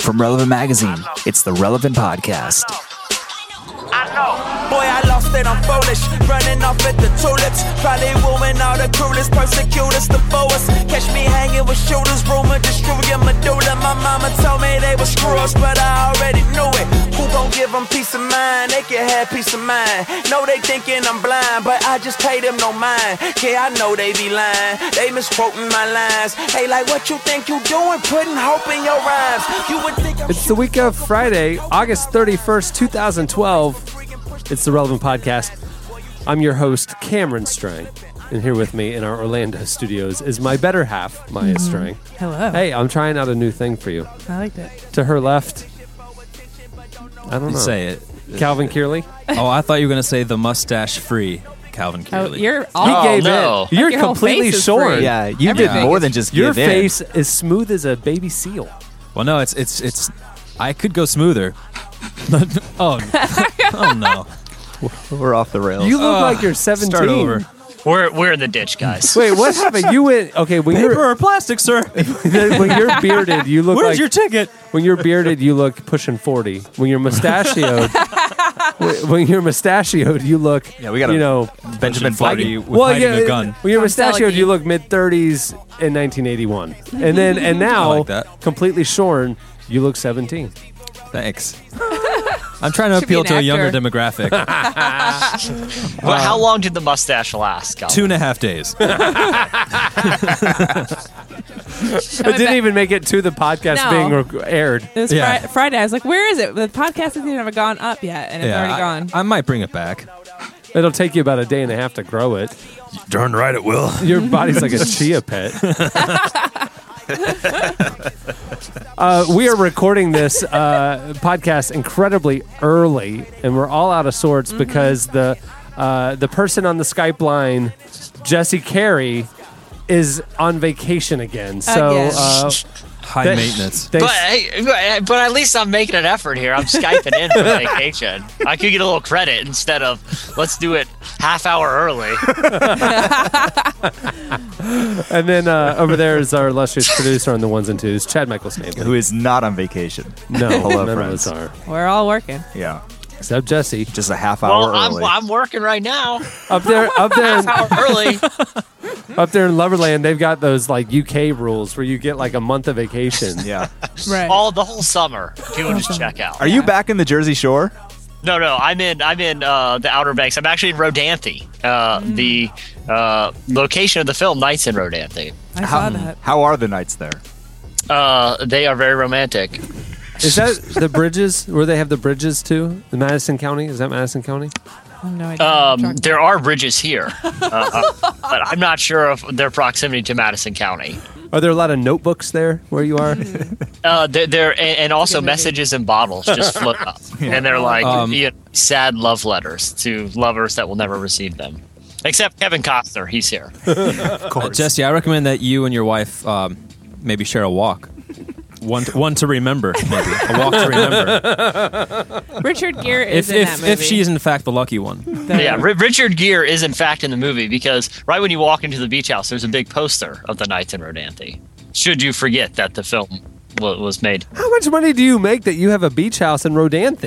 From Relevant Magazine, it's the Relevant Podcast. I know. Boy, I lost it, I'm foolish. Running off with the tulips. Probably wooing all the cruelest, persecutors, the boas. Catch me hanging with shooters, rumor, destroyer, medulla. My mama told me they was screws, but I already knew it. Who gon' give them peace of mind? They can have peace of mind. No, they thinking I'm blind, but I just pay them no mind. Yeah, I know they be lying. They misquoting my lines. Hey, like what you think you doing? Putting hope in your rhymes. You would think I'm It's the week of Friday, August 31st, 2012. It's the Relevant Podcast. I'm your host, Cameron Strang. And here with me in our Orlando studios is my better half, Maya Strang. Mm-hmm. Hello. Hey, I'm trying out a new thing for you. I liked it. To her left, I don't know. Say it. Calvin Kearley. Oh, I thought you were going to say the mustache free Calvin Oh, Kearley. you're He all. gave Oh, no. in. You're Your whole completely face is shorn. free. Yeah, you did Everything more is- than just Your give in. face is smooth as a baby seal. well, no, it's it's it's. I could go smoother. oh, oh no. We're off the rails. You look Ugh, like you're 17. Start over. We're we're in the ditch, guys. Wait, what happened? You went okay when Paper you're or plastic, sir? when you're bearded. You look like Where's your ticket? When you're bearded, you look pushing forty. When you're mustachioed, when when you're mustachioed, you look. Yeah, we gotta You know, Benjamin Flaherty Flaherty. with hiding a gun. When you're Tom mustachioed, Selleck. you look mid thirties in 1981, and then and now like that. completely shorn, you look 17. Thanks. I'm trying to Should be appeal an to a younger actor. demographic. Well, how long did the mustache last? Colin? Two and a half days. It didn't even make it to the podcast No. being rec- aired. It was Yeah. Fri- Friday. I was like, "Where is it?" The podcast hasn't even gone up yet, and it's yeah, already I- gone. I, might bring it back. It'll take you about a day and a half to grow it. Darn right, it will. Your body's like a chia pet. uh, we are recording this uh, podcast incredibly early, and we're all out of sorts because the uh, the person on the Skype line, Jesse Carey, is on vacation again. So Again. uh, High th- maintenance. thanks- But hey, but at least I'm making an effort here. I'm skyping in for vacation. I could get a little credit instead of let's do it half hour early. and then uh, over there is our illustrious producer on the ones and twos, Chad Michael Snavely. Who is not on vacation. No, Hello, none friends. of us are We're all working. Yeah. except Jesse Just a half hour Well, I'm, early. I'm working right now. up there. Up there. in- Hour early. up there in Loverland, they've got those like UK rules where you get like a month of vacation. yeah. Right. All the whole summer. People just check out. Are you back in the Jersey Shore? No, no, I'm in. I'm in uh, the Outer Banks. I'm actually in Rodanthe, uh, the uh, location of the film Nights in Rodanthe. I Um, saw that. How are the nights there? Uh, they are very romantic. Is that the bridges where they have the bridges too? The Madison County is that Madison County? I have Oh, no idea. what you're Um, talking there are bridges here, uh, uh, but I'm not sure of their proximity to Madison County. Are there a lot of notebooks there where you are? Uh, there, there, and, and also maybe. messages and bottles just float up, and they're like Um, you know, sad love letters to lovers that will never receive them, except Kevin Costner. He's here. Uh, Jesse, I recommend that you and your wife um, maybe share a walk. One, one to remember, maybe a walk to remember. about. Richard Gere is if in that if, movie. if she is in fact the lucky one, Though. Yeah, R- Richard Gere is in fact in the movie because right when you walk into the beach house, there's a big poster of the Knights in Rodanthe. Should you forget that the film wa- was made, How much money do you make that you have a beach house in Rodanthe?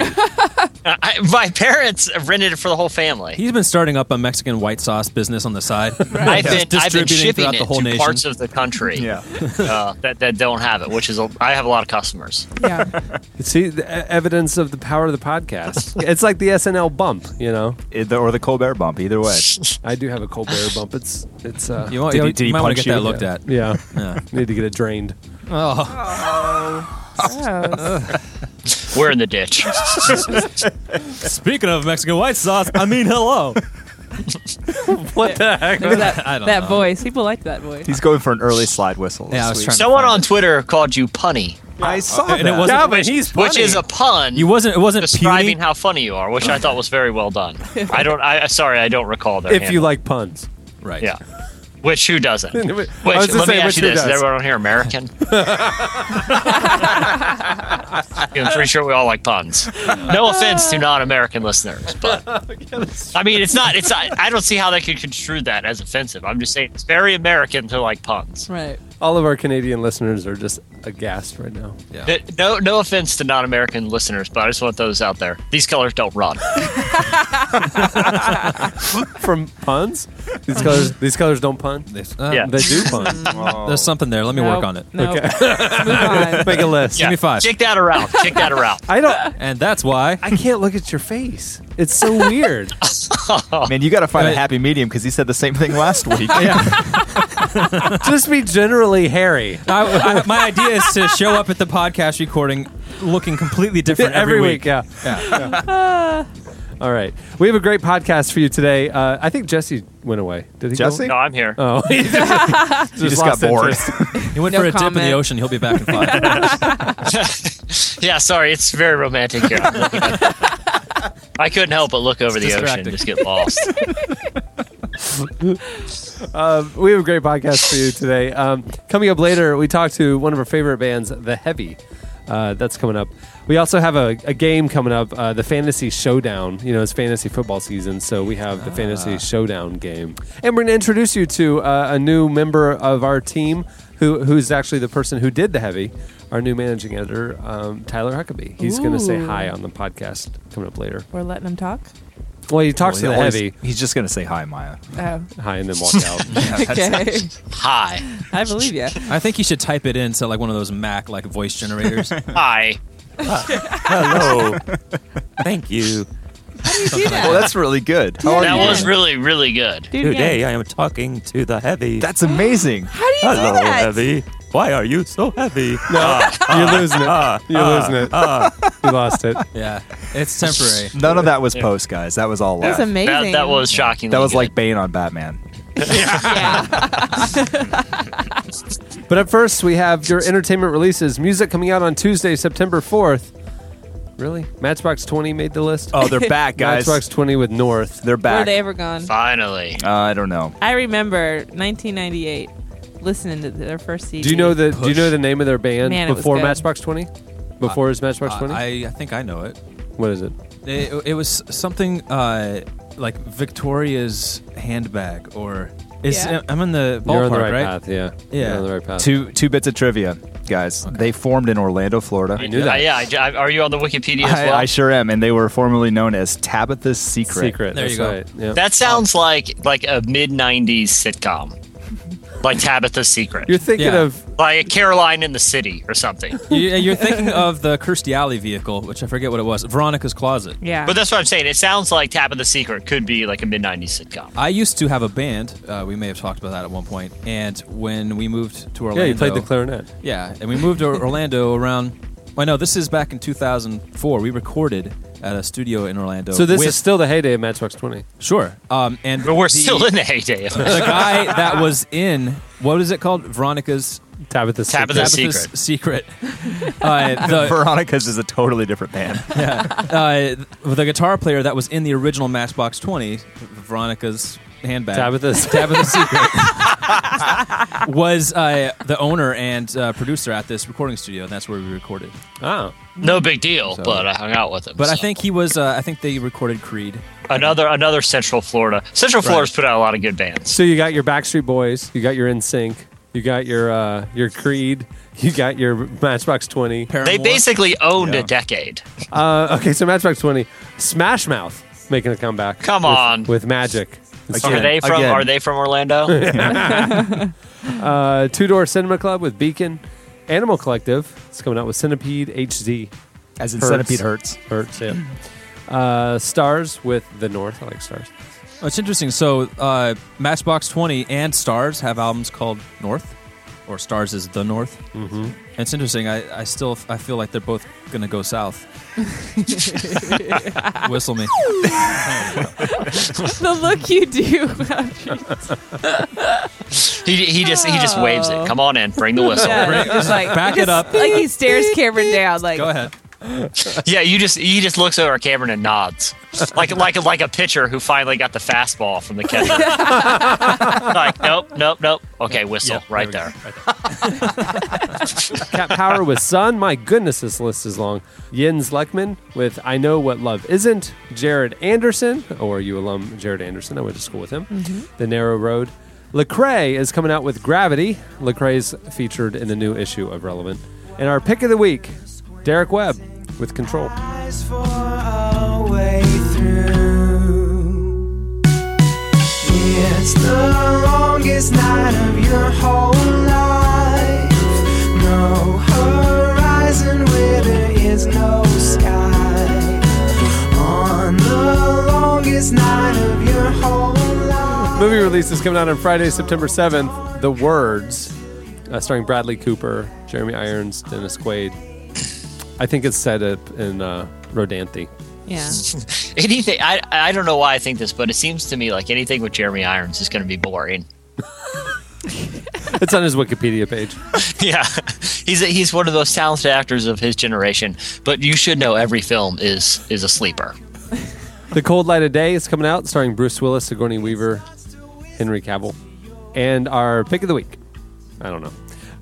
I, I- my parents rented it for the whole family. he's been starting up a Mexican white sauce business on the side. I've Just been, I've been distributing shipping throughout it the whole to nation. parts of the country Yeah. uh, that, that don't have it, which is a, I have a lot of customers. yeah. See the e- evidence of the power of the podcast. It's like the SNL bump, you know. It- or the Colbert bump, either way. I do have a Colbert bump. It's it's uh You, want, Did you, he- did he might want to punch get that you? looked at. yeah. Yeah. Need to get it drained. Oh, Oh, Gross. We're in the ditch. speaking of Mexican white sauce, I mean hello. What the heck? that I don't that know. voice. People like that voice. He's going for an early slide whistle. Yeah, I was Sweet. trying. Someone to find on Twitter called you punny, I saw And it that. wasn't- Yeah, but he's which funny. is a pun. it. You wasn't. It wasn't describing puny. how funny you are, which I thought was very well done. I don't. I sorry, I don't recall their if you handle. like puns. right. yeah. Which who doesn't? I Which was let gonna me say, ask which you who this: Is does? everyone on here American? I'm pretty sure we all like puns. No offense to non-American listeners, but I mean, it's not. It's not, I don't see how they could construe that as offensive. I'm just saying it's very American to like puns. Right. All of our Canadian listeners are just aghast right now. Yeah. Th- No, no offense to non-American listeners, but I just want those out there. These colors don't run. From puns? These colors these colors don't pun? Uh, Yeah. They do pun. Oh. There's something there. Let me work on it. No. Move on. Make a list. me five. Check that around. Check that around. I don't And that's why. I can't look at your face. It's so weird. Man, you got to find a Right. happy medium because he said the same thing last week. just be generally hairy. I, I, my idea is to show up at the podcast recording looking completely different every, week. Yeah. All right. We have a great podcast for you today. Uh, I think Jesse went away. Did he go Jesse? No, I'm here. Oh, he just, You just got lost bored. interest. He went No for a dip in the comment. ocean. He'll be back in five. yeah, sorry, it's very romantic here. I'm looking at- I couldn't help but look over the ocean distracting. and just get lost. We have a great podcast for you today. Um, coming up later, we talk to one of our favorite bands, The Heavy. Uh, that's coming up. We also have a, a game coming up, uh, the Fantasy Showdown. You know, it's fantasy football season, so we have the Fantasy Showdown game. And we're going to introduce you to uh, a new member of our team who, who's actually the person who did The Heavy, our new managing editor, um, Tyler Huckabee. He's going to say Ooh. hi on the podcast coming up later. We're letting him talk. Well, he talks to The Always- Heavy. He's just gonna say hi, Maya. Oh, Hi, and then walk out. okay. Hi. I believe you. I think you should type it into like one of those Mac like voice generators. Hi. Hello. Thank you. Do that. well, that's really good. Oh, How are That you? was doing? really, really good. Do it Today again. I am talking to the heavy. That's amazing. How do you Hello, do that? heavy. Why are you so heavy? You're losing it. You're losing it. You lost it. yeah, it's temporary. None of that was post, guys. That was all That's live. amazing. That, that was shocking. That was like Bane on Batman. But at first, we have your entertainment releases. Music coming out on Tuesday, September 4th. Really? Matchbox 20 made the list? Oh, they're back, guys. Matchbox 20 with North. They're Were back. they ever gone? finally. uh, I don't know. I remember 1998, listening to their first CD. Do you know the Do you know the name of their band Man, it was before good. Matchbox 20? Before is Matchbox 20? uh, I, I think I know it. what is it? It, it was something uh, like Victoria's handbag, or is uh, Yeah. I'm in the ballpark, You're on the right, path. Yeah. Yeah. You're on the right path. Two two bits of trivia, guys. They formed in Orlando, Florida. I knew that. Uh, yeah, I, I- are you on the Wikipedia as I, well? sure am, and they were formerly known as Tabitha's Secret. Secret. There that's you go. Right. Yeah. that sounds like like a mid '90s sitcom, like Tabitha's Secret, You're thinking Yeah. of. like a Caroline in the City or something. You, you're thinking of the Kirstie Alley vehicle, which I forget what it was. Veronica's Closet. Yeah. But that's what I'm saying. It sounds like Tabitha's Secret could be like a mid '90s sitcom. I used to have a band. Uh, we may have talked about that at one point. And when we moved to Orlando, Yeah, you played the clarinet. Yeah, and we moved to Orlando around. Well, no, this is back in 2004. We recorded at a studio in Orlando. So this with- is still the heyday of Matchbox 20. sure. Um, and But we're the- still in the heyday of it. the guy that was in what is it called? Veronica's Tabitha Tabitha- Secret. Tabitha's Secret. Uh, the, Veronica's is a totally different band. uh, the guitar player that was in the original Matchbox 20, Veronica's handbag. Tabitha Tabitha Secret was uh, the owner and uh, producer at this recording studio, and that's where we recorded. Oh. No big deal, So- but I hung out with him. But I so. think he was. Uh, I think they recorded Creed. another another Central Florida. Central Florida's put out a lot of good bands. So you got your Backstreet Boys, you got your NSYNC, you got your uh, your Creed, you got your Matchbox Twenty. They Paramore. basically owned a decade. Uh, okay, so Matchbox Twenty, Smash Mouth making a comeback. Come with- on. with Magic. It's Are Again, they from again. Are they from Orlando? Uh, Two Door Cinema Club with Beacon, Animal Collective. It's coming out with Centipede HD. As in Hurts. Centipede Hurts. Hurts, yeah. Uh, stars with the North. I like Stars. Oh, it's interesting. So, uh, Matchbox 20 and Stars have albums called North, or Stars is the North. Mm-hmm. And it's interesting. I, I still I feel like they're both gonna go south. Whistle me. the look you do. after you- he, he just he just waves it. Come on in, bring the whistle. Yeah, yeah, just like Back just- it up. Like he stares Cameron down. Like Go ahead. you just he just looks over at Cameron and nods, like like like a pitcher who finally got the fastball from the catcher. like nope, nope, nope. Okay, whistle Yeah, right there there. Cat Power with Sun. My goodness, this list is long. Jens Luckman with I Know What Love Isn't. Jared Anderson, or you alum Jared Anderson, I went to school with him. The Narrow Road. Lecrae is coming out with Gravity. Lecrae's featured in the new issue of Relevant. And our pick of the week, Derek Webb with Control. eyes for a way through. It's the longest night of your whole life. No horizon where there is no sky. On the longest night of your whole life. Movie release is coming out on Friday, September 7th. The Words, uh, starring Bradley Cooper, Jeremy Irons, Dennis Quaid. I think it's set up in uh, Rodanthe. Yeah. Anything I I don't know why I think this, but it seems to me like anything with Jeremy Irons is going to be boring. It's on his Wikipedia page. yeah, he's he's one of those talented actors of his generation. But you should know every film is is a sleeper. The Cold Light of Day is coming out, starring Bruce Willis, Sigourney Weaver, Henry Cavill. And our pick of the week. I don't know.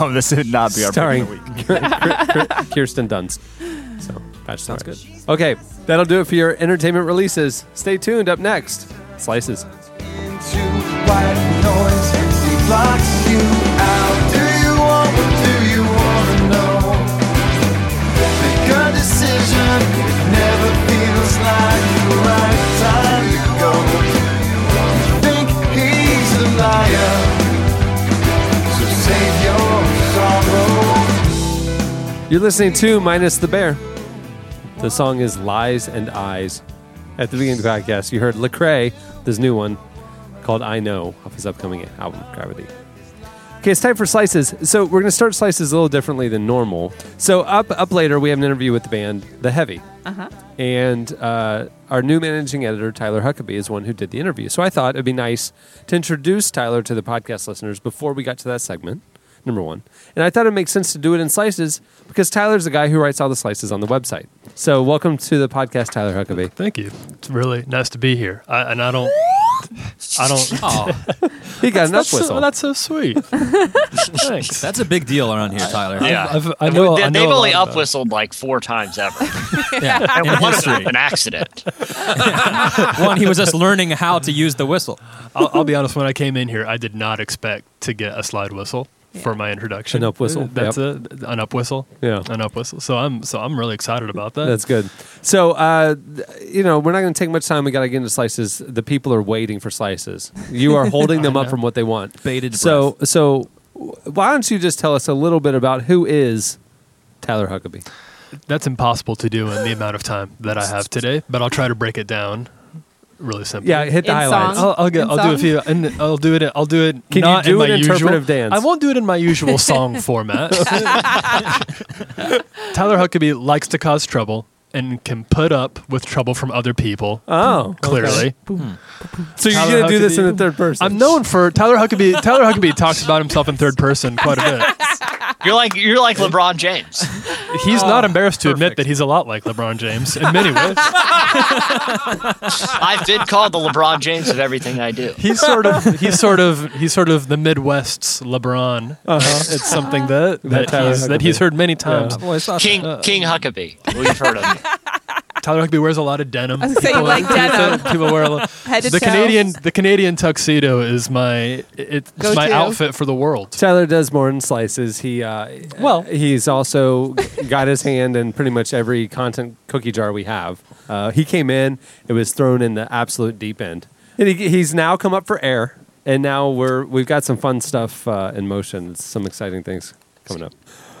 No, this would not be our starring pick of the week. Kirsten Dunst. So, Bachelorette. Sounds good. Okay, that'll do it for your entertainment releases. Stay tuned. Up next, Slices. To white noise, we blocks you out. Do you want what do you want to know? Make a decision, it never feels like the right time to go. You think he's the liar, so save your sorrow. You're listening to Minus the Bear. The song is Lies and Eyes. At the beginning of the podcast, you heard Lecrae, this new one called I Know, off his upcoming album, Gravity. Okay, it's time for slices. So we're going to start slices a little differently than normal. So up up later, we have an interview with the band The Heavy, uh-huh. and uh, our new managing editor Tyler Huckabee is one who did the interview. So I thought it'd be nice to introduce Tyler to the podcast listeners before we got to that segment. Number one, and I thought it makes sense to do it in slices because Tyler's the guy who writes all the slices on the website. So welcome to the podcast, Tyler Huckabee. Thank you. It's really nice to be here. I, and I don't. I don't. He got an up that's, so, whistle. that's so sweet. Thanks. That's a big deal around here, Tyler. Yeah, I've, I know. They, I know have a only lot up about- whistled like four times ever, yeah. and one of them an accident. One, he was just learning how to use the whistle. I'll, I'll be honest. When I came in here, I did not expect to get a slide whistle for my introduction. An up whistle, That's a, an up whistle. Yeah. An up whistle. So I'm so I'm really excited about that. That's good. So, uh, th- you know, we're not going to take much time. We got to get into slices. The people are waiting for slices. You are holding them up from what they want. Bated So, so w- why don't you just tell us a little bit about who is Tyler Huckabee? that's impossible to do in the amount of time that I have today. But I'll try to break it down really simply. Yeah, hit the In highlights. song. I'll, I'll, get, In I'll do a song? few, and I'll do it. I'll do it. Can you not do in my an usual- interpretive dance? I won't do it in my usual song format. Tyler Huckabee likes to cause trouble and can put up with trouble from other people. Oh, Clearly, so you're Tyler going to do this in the Huckabee. third person? I'm known for Tyler Huckabee. Tyler Huckabee talks about himself in third person quite a You're like you're like LeBron James. bit. He's Ah, not embarrassed to admit that he's a lot like LeBron James in many ways. I've been called the LeBron James of everything I do. He's sort of he's sort of he's sort of the Midwest's LeBron. Uh-huh. It's something that that, Tyler he's, that Huckabee. he's heard many times. King Uh, King Huckabee. We've heard of him. Tyler Huckabee wears a lot of denim. was gonna say, you like denim. People, people wear a lot. Head to the toe. Canadian the Canadian tuxedo is my it's my Go-to. outfit for the world. Tyler does more than slices. He uh, well, he's also got his hand in pretty much every content cookie jar we have. Uh, he came in; it was thrown in the absolute deep end, and he, he's now come up for air. And now we're we've got some fun stuff uh, in motion. Some exciting things coming up.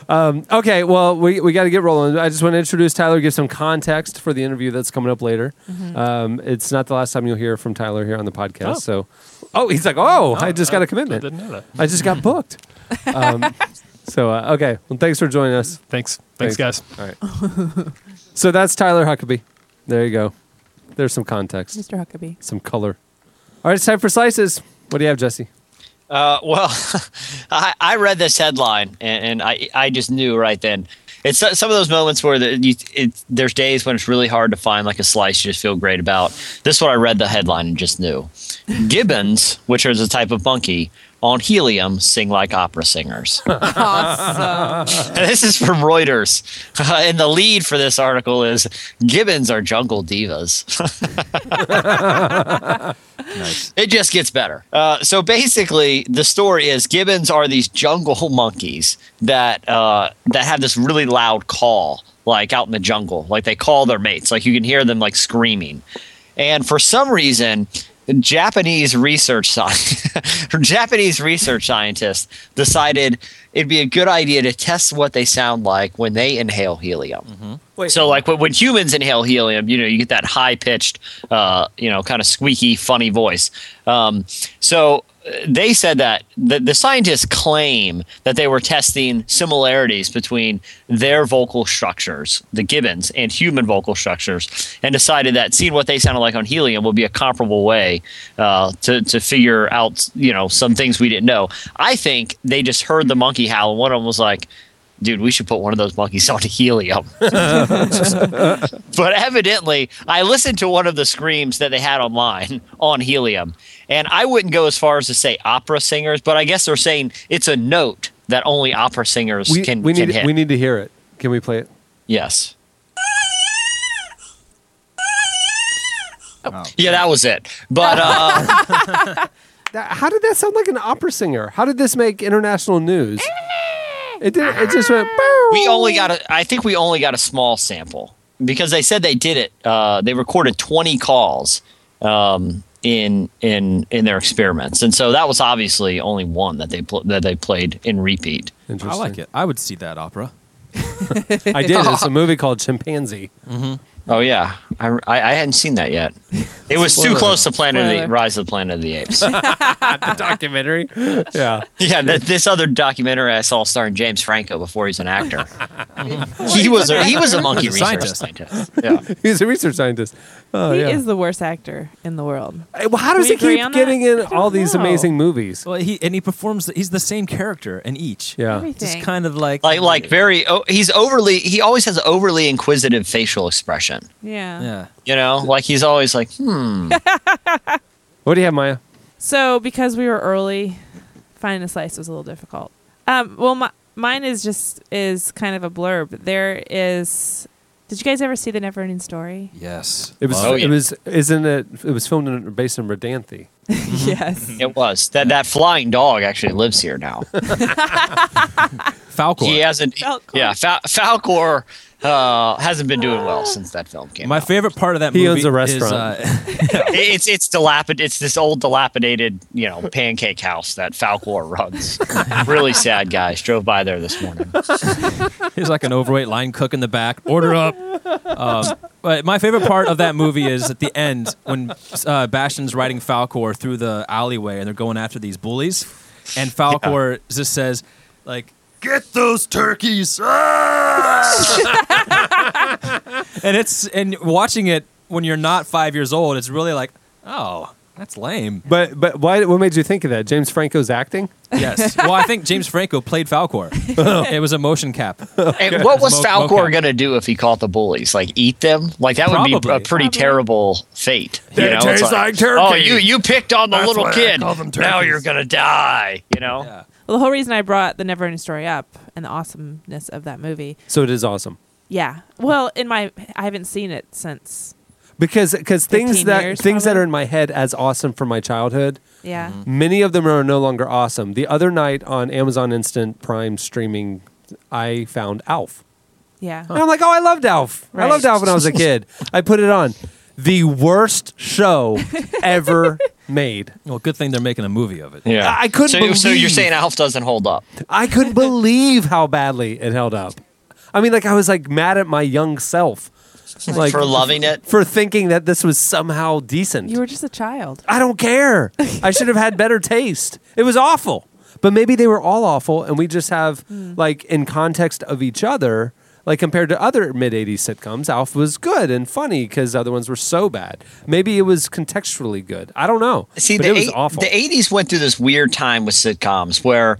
Um, okay, well, we, we got to get rolling. I just want to introduce Tyler, give some context for the interview that's coming up later. Um, it's not the last time you'll hear from Tyler here on the podcast. Oh. So, oh, he's like, oh, I just got a I commitment. didn't know that. I just got booked. Um, so uh, okay, well, thanks for joining us. Thanks, thanks, guys. All right. so that's Tyler Huckabee. There you go. There's some context, Mr. Huckabee. some color. All right, it's time for slices. What do you have, Jesse? Uh, well, I, I read this headline and, and I I just knew right then. It's so- some of those moments where the, you, it, there's days when it's really hard to find like a slice you just feel great about. This one I read the headline and just knew. Gibbons, which is a type of monkey, on helium sing like opera singers. Awesome. And this is from Reuters. and the lead for this article is Gibbons are jungle divas. It just gets better. Uh, so basically, the story is gibbons are these jungle monkeys that uh, that have this really loud call, like out in the jungle. Like they call their mates. Like you can hear them like screaming. And for some reason, Japanese research sci- Japanese research scientists decided it'd be a good idea to test what they sound like when they inhale helium. So, like when, when humans inhale helium, you know, you get that high pitched, uh, you know, kind of squeaky, funny voice. Um, so uh, they said that the, the scientists claim that they were testing similarities between their vocal structures, the gibbons, and human vocal structures, and decided that seeing what they sounded like on helium would be a comparable way uh, to, to figure out, you know, some things we didn't know. I think they just heard the monkey howl, and one of them was like, dude, we should put one of those monkeys onto helium. but evidently, I listened to one of the screams that they had online on helium, and I wouldn't go as far as to say opera singers, but I guess they're saying it's a note that only opera singers We, can, we can need hit. we need to hear it. Can we play it? yes. Yeah, that was it. But uh, That- how did that sound like an opera singer? How did this make international news? It did. It just went. we only got a. I think we only got a small sample because they said they did it. Uh, they recorded 20 calls um, in in in their experiments, and so that was obviously only one that they pl- that they played in repeat. I like it. I would see that opera. I did. It's a movie called Chimpanzee. Oh yeah, I, I, I hadn't seen that yet. It was too Spoiler. close to Planet of Spoiler. the Rise of the Planet of the Apes. Documentary. Yeah. yeah, th- this other documentary I saw starring James Franco before he's an actor. he was a he was a monkey He's a research scientist. scientist. Yeah. He's a research scientist. Oh he yeah. is the worst actor in the world. Hey, well, how does We he agree keep on that? getting in I don't all these know. amazing movies? Well, he and he performs. The, he's the same character in each. Yeah. Everything. Just kind of like Like like very oh, he's overly he always has an overly inquisitive facial expression. Yeah. yeah. You know, like he's always like, hmm. What do you have, Maya? So because we were early, finding a slice was a little difficult. Um, well, my, mine is just is kind of a blurb. There is. Did you guys ever see the Neverending Story? Yes. It was. Oh, yeah. It was. Isn't it? It was filmed in based in Redanthe. yes. Hmm. It was that that flying dog actually lives here now. Falcor. He hasn't. Falcor. Yeah, Fal- Falcor uh, hasn't been doing well since that film came. My out. favorite part of that He owns movie a is restaurant. uh, it's it's dilapid. It's this old dilapidated, you know, pancake house that Falcor runs. really sad guys. Drove by there this morning. He's like an overweight line cook in the back. Order up. Um, but my favorite part of that movie is at the end when uh, Bastion's riding Falcor through the alleyway and they're going after these bullies, and Falcor just says, like. Get those turkeys! Ah!" and it's and watching it when you're not five years old, it's really like, oh, that's lame. But but why? What made you think of that? James Franco's acting. Yes. Well, I think James Franco played Falcor. it was a motion cap. And what was Mo- Falcor mocap. going to do if he caught the bullies? Like eat them? Like that would be a Probably. pretty terrible fate. You know, tastes like turkey. Oh, you you picked on the That's little why I kid. call them Now turkeys. you're going to die. You know. Yeah. Well, the whole reason I brought the Neverending Story up and the awesomeness of that movie. So it is awesome. Yeah. Well, in my I haven't seen it since. Because because things 15 that years, things that probably. are in my head as awesome from my childhood, Yeah. many of them are no longer awesome. The other night on Amazon Instant Prime streaming, I found Alf. Yeah. And I'm like, oh, I loved Alf. I Right. loved Alf when I was a kid. I put it on. The worst show ever made. Well, good thing they're making a movie of it. Yeah. I- I couldn't so, So you're believe- saying Alf doesn't hold up? I couldn't believe how badly it held up. I mean, like I was like mad at my young self, like for loving it. for thinking that this was somehow decent. You were just a child. I don't care. I should have had better taste. It was Hmm. awful. But maybe they were all awful, and we just have like in context of each other, Like compared to other mid '80s sitcoms, Alf was good and funny because other ones were so bad. Maybe it was contextually good. I don't know. See, but the, it was eight- awful. the 80s went through this weird time with sitcoms where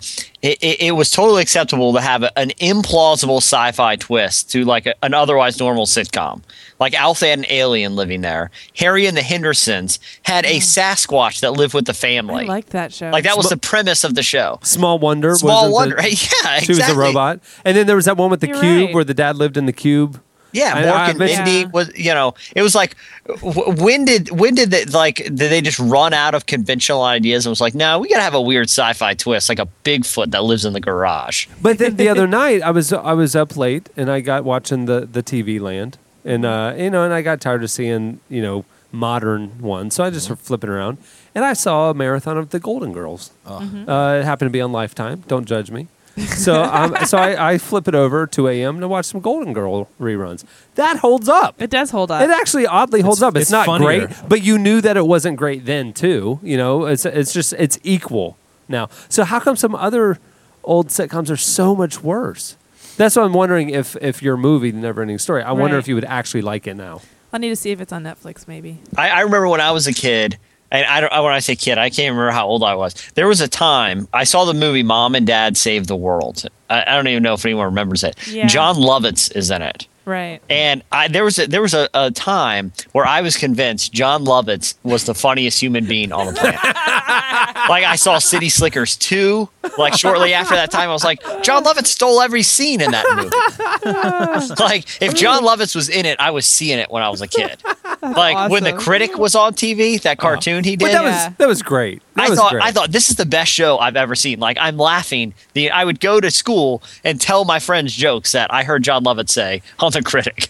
it, it, it was totally acceptable to have a- an implausible sci fi twist to like a, an otherwise normal sitcom. Like Alf had an alien living there. Harry and the Hendersons had a Sasquatch that lived with the I family. like that show. Like, that was the premise of the show. Small Wonder. Small Wonder. wasn't The, yeah, exactly. She was a robot. And then there was that one with the You're cube right. where the dad lived in the cube. Yeah, I- I Mork and miss- Mindy Yeah. was, you know, it was like, w- when did when did they like did they just run out of conventional ideas and was like, no, we gotta have a weird sci-fi twist, like a Bigfoot that lives in the garage. But then the other night, I was I was up late and I got watching the the TV Land, and uh, you know, and I got tired of seeing you know modern ones, so I just flipping around, and I saw a marathon of the Golden Girls. Oh. Mm-hmm. Uh, it happened to be on Lifetime. Don't judge me. So um, so I, I flip it over 2 a.m. to watch some Golden Girl reruns. That holds up. it does hold up. It actually oddly holds up. It's, it's not funnier. great, but you knew that it wasn't great then too. You know, it's it's just it's equal now. So how come some other old sitcoms are so much worse? That's what I'm wondering if if your movie, The Neverending Story, I wonder Right. if you would actually like it now. I'll need to see if it's on Netflix. Maybe I, I remember when I was a kid, and I don't when I say kid, I can't remember how old I was. There was a time I saw the movie Mom and Dad Save the World. I, I don't even know if anyone remembers it. Yeah. John Lovitz is in it. right. And I, there was a, there was a, a time where I was convinced John Lovitz was the funniest human being on the planet. like I saw City Slickers two. Like shortly after that time, I was like, John Lovitz stole every scene in that movie. like if John Lovitz was in it, I was seeing it when I was a kid. like when the awesome. critic was on TV, that cartoon he did. Uh-huh. But that Yeah. was that was great. That I was thought great. I thought this is the best show I've ever seen. Like I'm laughing. The I would go to school and tell my friends jokes that I heard John Lovitz say on the critic.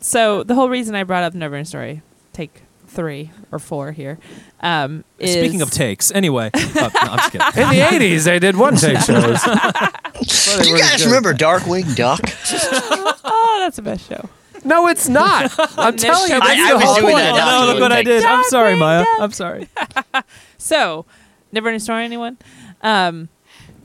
So the whole reason I brought up Never Ending Story, take three or four here. Um, is Speaking of takes, anyway. Uh, no, I'm just kidding. in the '80s they did one take shows. Do you guys remember Darkwing Duck? oh, that's the best show. No, it's not. I'm Next telling you, show. that's I- I the was whole doing point. that now. Oh, look what I did. I'm sorry, Maya. I'm sorry. So Never Ending Story, anyone? Um,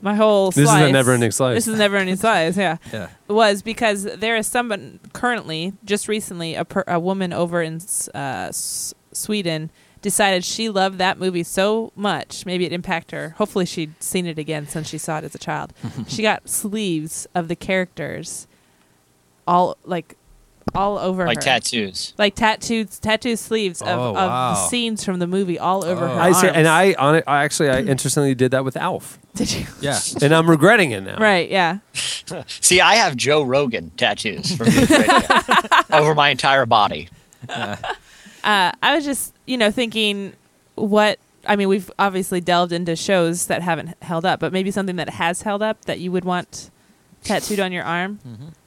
my whole This is a slice, Never Ending Slice. This is a Never Ending Slice. Yeah. Yeah. was because there is someone currently, just recently, a, per, a woman over in uh, S- Sweden decided she loved that movie so much. Maybe it impacted her. Hopefully, she'd seen it again since she saw it as a child. she got sleeves of the characters, all like, all over Like her. tattoos. Like tattooed, tattooed sleeves of, Oh, of wow. the scenes from the movie all over Oh. her. I see, arms. and I, on it, I actually, I interestingly did that with Alf, did you? Yeah. and I'm regretting it now. Right, yeah. See, I have Joe Rogan tattoos from Youth Radio over my entire body. uh, I was just, you know, thinking what I mean, we've obviously delved into shows that haven't held up, but maybe something that has held up that you would want tattooed on your arm.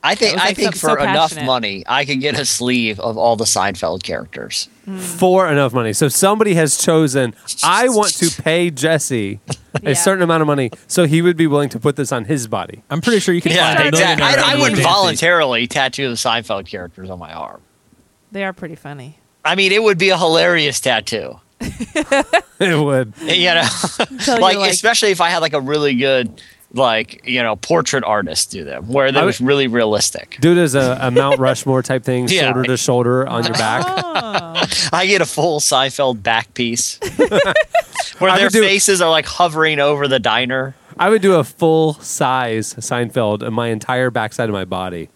I think That was, I like, think so- so for enough passionate. money, I could get a sleeve of all the Seinfeld characters. for enough money. So somebody has chosen, I want to pay Jesse a Yeah. certain amount of money so he would be willing to put this on his body. I'm pretty sure you can find a exactly. millionaire. I, I who wouldn't would dance voluntarily tattoo the Seinfeld characters on my arm. They are pretty funny. I mean, it would be a hilarious tattoo. It would. You know, So you're like, like- especially if I had like a really good, like you know, portrait artist do them where that I was really realistic. Dude is a, a Mount Rushmore type thing, Yeah. shoulder to shoulder on your back. Oh, I get a full Seinfeld back piece where I their would do- faces are like hovering over the diner. I would do a full size Seinfeld in my entire backside of my body.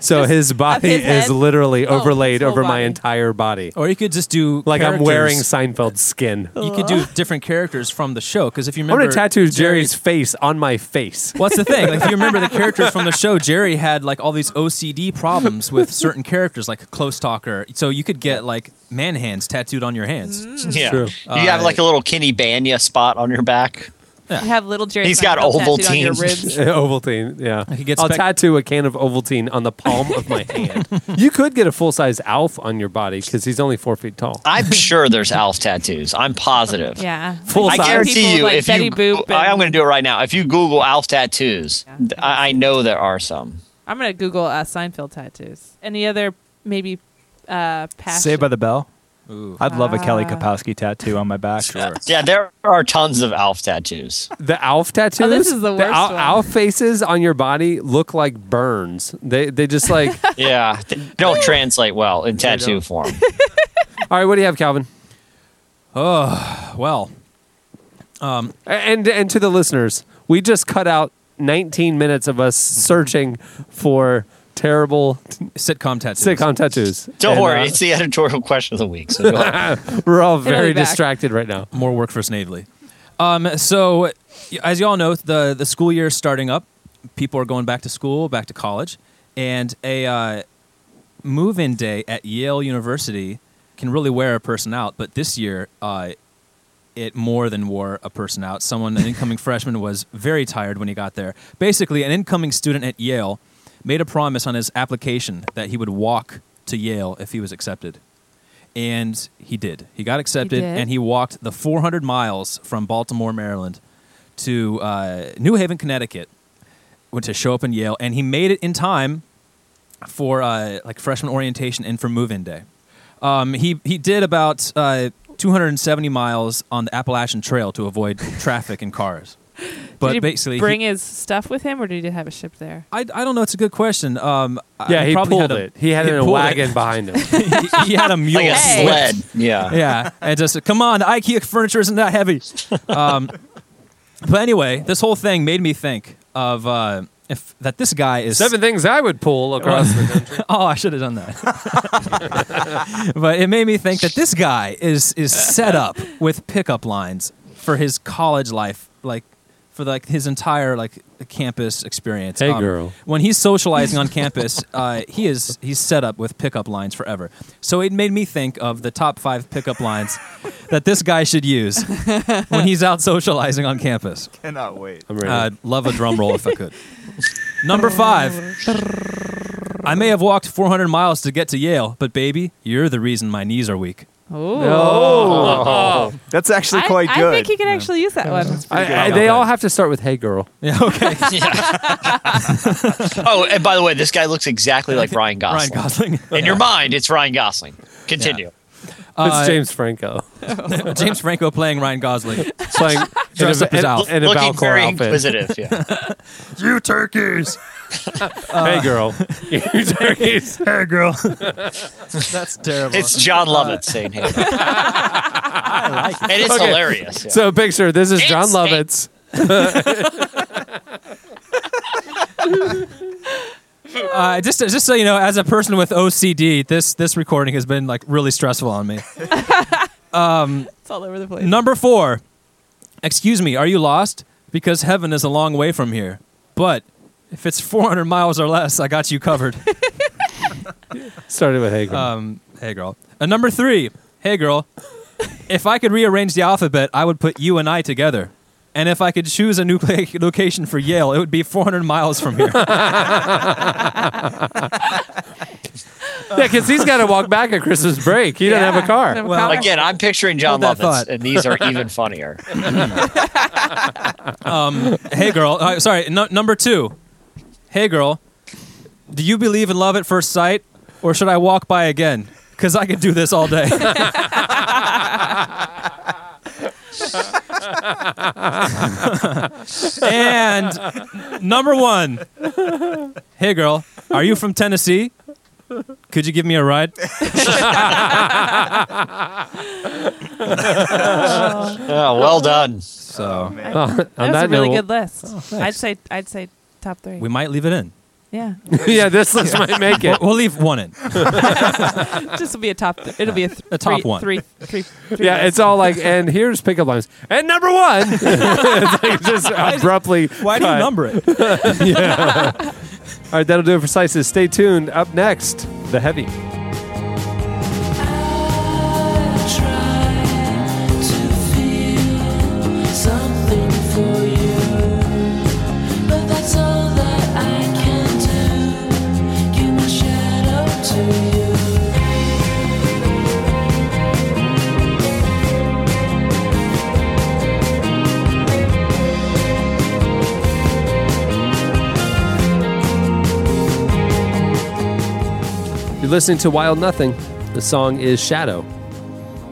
So his body his is head? literally Oh, overlaid his whole over my body. entire body. Or you could just do Like I'm wearing characters. Seinfeld skin. You could do different characters from the show because if you I'm remember, going to tattoo Jerry's face on my face. What's the thing? Like, if you remember the characters from the show, Jerry had like all these OCD problems with certain characters, like close talker. So you could get like man hands tattooed on your hands. Yeah. true. You have like a little Kenny Banya spot on your back. you have little Jerry. He's Seinfeld got Ovaltine. tattooed on your ribs. Ovaltine, yeah. I could get I'll spec- tattoo a can of Ovaltine on the palm of my hand. You could get a full size Alf on your body because he's only four feet tall. Uh, I'm sure there's Alf tattoos. I'm positive. Yeah, Full I size. guarantee People you, like if Betty you, Boop I, am and- going to do it right now. If you Google Alf tattoos, th- I, I know there are some. I'm gonna Google uh, Seinfeld tattoos. Any other maybe uh, passion? Saved by the Bell. I'd love a Kelly Ah. Kapowski tattoo on my back. Yeah, there are tons of Alf tattoos. The Alf tattoos. oh, is the worst Al- one. Alf faces on your body look like burns. They they just like. Yeah, they don't translate well in tattoo form. All right, what do you have, Calvin? Well, um, A- And and to the listeners, we just cut out 19 minutes of us searching for terrible sitcom tattoos. sitcom tattoos. Don't And, worry, uh, it's the editorial question of the week. So go ahead. we're all be very back. distracted right now. More work for Snadely. Um, so, y- as y'all know, the the school year is starting up. People are going back to school, back to college, and a uh, move-in day at Yale University can really wear a person out. But this year, uh, it more than wore a person out. Someone, an incoming freshman, was very tired when he got there. Basically, an incoming student at Yale made a promise on his application that he would walk to Yale if he was accepted. And he did. He got accepted, did. and he walked the 400 miles from Baltimore, Maryland to uh, New Haven, Connecticut, went to show up in Yale, and he made it in time for uh, like freshman orientation and for move-in day. Um, he he did about uh, 270 miles on the Appalachian Trail to avoid traffic and cars. But did he basically, he- bring his stuff with him, or did he have it shipped there? I, I don't know. It's a good question. Um, I- Yeah, I he probably pulled had a- it. He had it in a pulled wagon behind him. he, he had a mule. like a Hey. sled. Yeah. yeah, and just come on, the IKEA furniture isn't that heavy. Um, but anyway, this whole thing made me think of uh, if that this guy is Seven things I would pull across the country. oh, I should have done that. but it made me think that this guy is is set up with pickup lines for his college life, like for like his entire like campus experience. Um, Hey, girl. When he's socializing on campus, uh, he is he's set up with pickup lines forever. So it made me think of the top five pickup lines that this guy should use when he's out socializing on campus. Cannot wait. I'm ready. I'd Uh, love a drum roll if I could. Number five. I may have walked 400 miles to get to Yale, but baby, you're the reason my knees are weak. Oh, uh, Oh. That's actually I, quite I good. think he could actually use that one. I, I, they all have to start with "Hey, girl." Yeah, okay. Oh, and by the way, this guy looks exactly like Ryan Gosling. Ryan Gosling. In your mind, it's Ryan Gosling. Continue. Uh, it's James Franco James Franco playing Ryan Gosling. playing Dressed up as Alf. in a Looking Valcor very outfit. inquisitive. Yeah. You turkeys. hey, girl. You turkeys. Hey, girl. That's terrible. it's John Lovitz saying, "Hey." and it's hilarious. yeah. So picture this is It's John a- Lovitz. Uh, just, just so you know, as a person with OCD, this this recording has been like really stressful on me. It's all over the place. Number four. Excuse me, are you lost? Because heaven is a long way from here. But if it's 400 miles or less, I got you covered. Started with "Hey, girl." Um, hey girl. And number three, hey girl. if I could rearrange the alphabet, I would put you and I together. And if I could choose a new pla- location for Yale, it would be 400 miles from here. yeah, because he's got to walk back at Christmas break. He doesn't have a car. Doesn't have a Well, car. Again, I'm picturing John Hold Lovitz, that thought. and these are even funnier. hey girl. Uh, sorry. No, number two. Hey girl. Do you believe in love at first sight, or should I walk by again? Because I could do this all day. and number one. Hey girl, are you from Tennessee? Could you give me a ride? Oh, well done. So Oh, On That was a that really note- good list. I'd say I'd say top three. we might leave it in. yeah, yeah, this list might make it. We'll leave one in. this will be a top. Th- it'll be a, th- A top three, one. Three, three, three Yeah, it's all like, and here's pickup lines. And number one, It's like just abruptly. Why do you cut. number it? All right, that'll do it for slices. Stay tuned. Up next, the heavy. You're listening to Wild Nothing. The song is Shadow.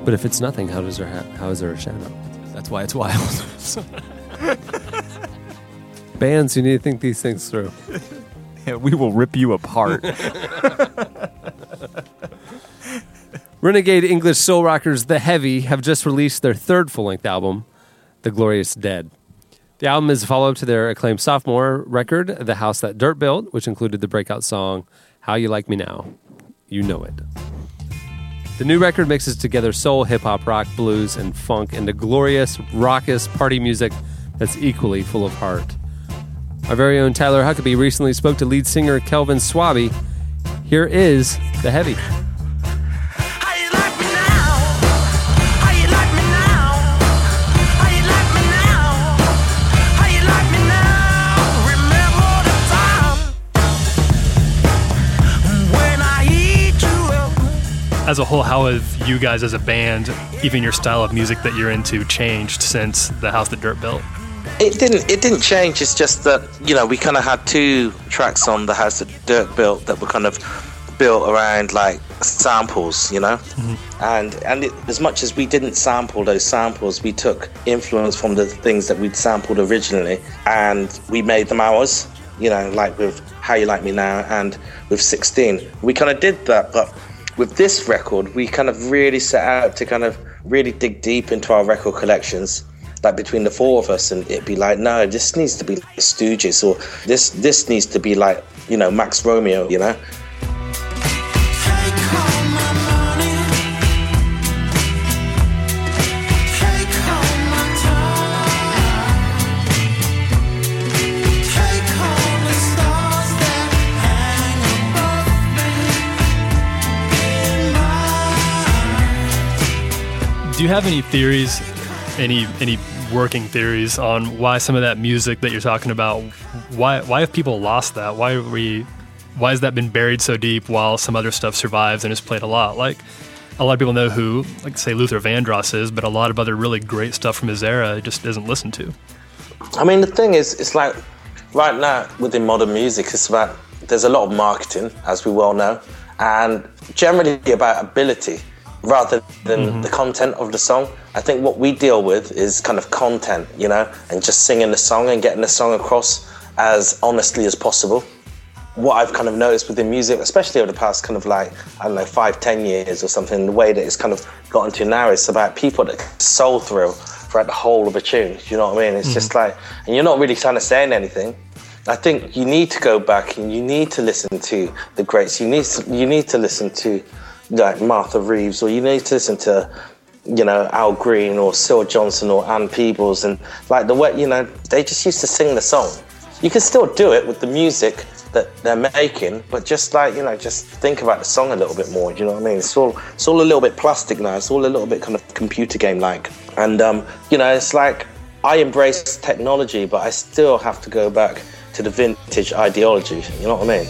But if it's nothing, how does there ha- how is there a shadow? That's why it's wild. Bands, you need to think these things through. we will rip you apart. Renegade English soul rockers The Heavy have just released their third full length album, The Glorious Dead. The album is a follow up to their acclaimed sophomore record, The House That Dirt Built, which included the breakout song, How You Like Me Now. You know it. The new record mixes together soul, hip hop, rock, blues, and funk into glorious, raucous party music that's equally full of heart. Our very own Tyler Huckabee recently spoke to lead singer Kelvin Swaby. Here is The Heavy. How you like me now? How you like me now? How you like me now? How you like me now? Remember the time when I eat you up. As a whole, how have you guys as a band, even your style of music that you're into, changed since the house that Dirt built? It didn't. It didn't change. It's just that you know we kind of had two tracks on the House that Dirt built that were kind of built around like samples, you know. Mm-hmm. And and it, as much as we didn't sample those samples, we took influence from the things that we'd sampled originally, and we made them ours. You know, like with How You Like Me Now and with 16, we kind of did that, but with this record, we kind of really set out to kind of really dig deep into our record collections, like between the four of us, and it'd be like, no, this needs to be like Stooges, or this this needs to be like you know Max Romeo, you know. Take all my money. Take all my time. Take all the stars that hang above me in my Do you have any theories, any any working theories on why some of that music that you're talking about, why why have people lost that? Why are we, why has that been buried so deep while some other stuff survives and is played a lot? Like a lot of people know who, like say Luther Vandross is, but a lot of other really great stuff from his era just isn't listened to. I mean, the thing is, it's like right now within modern music, it's about there's a lot of marketing, as we well know, and generally about ability rather than the content of the song. I think what we deal with is kind of content, you know, and just singing the song and getting the song across as honestly as possible. What I've kind of noticed within music, especially over the past kind of like, I don't know, five, ten years or something, the way that it's kind of gotten to now, it's about people that soul through throughout the whole of a tune. Do you know what I mean? It's just like, and you're not really kind of saying anything. I think you need to go back and you need to listen to the greats. You need to, you need to listen to like Martha Reeves or you need to listen to you know Al Green or Syl Johnson or Ann Peebles and like the way you know they just used to sing the song. You can still do it with the music that they're making, but just like you know, just think about the song a little bit more. Do you know what I mean? It's all it's all a little bit plastic now. It's all a little bit kind of computer game like, and um, you know, it's like I embrace technology, but I still have to go back to the vintage ideology. You know what I mean?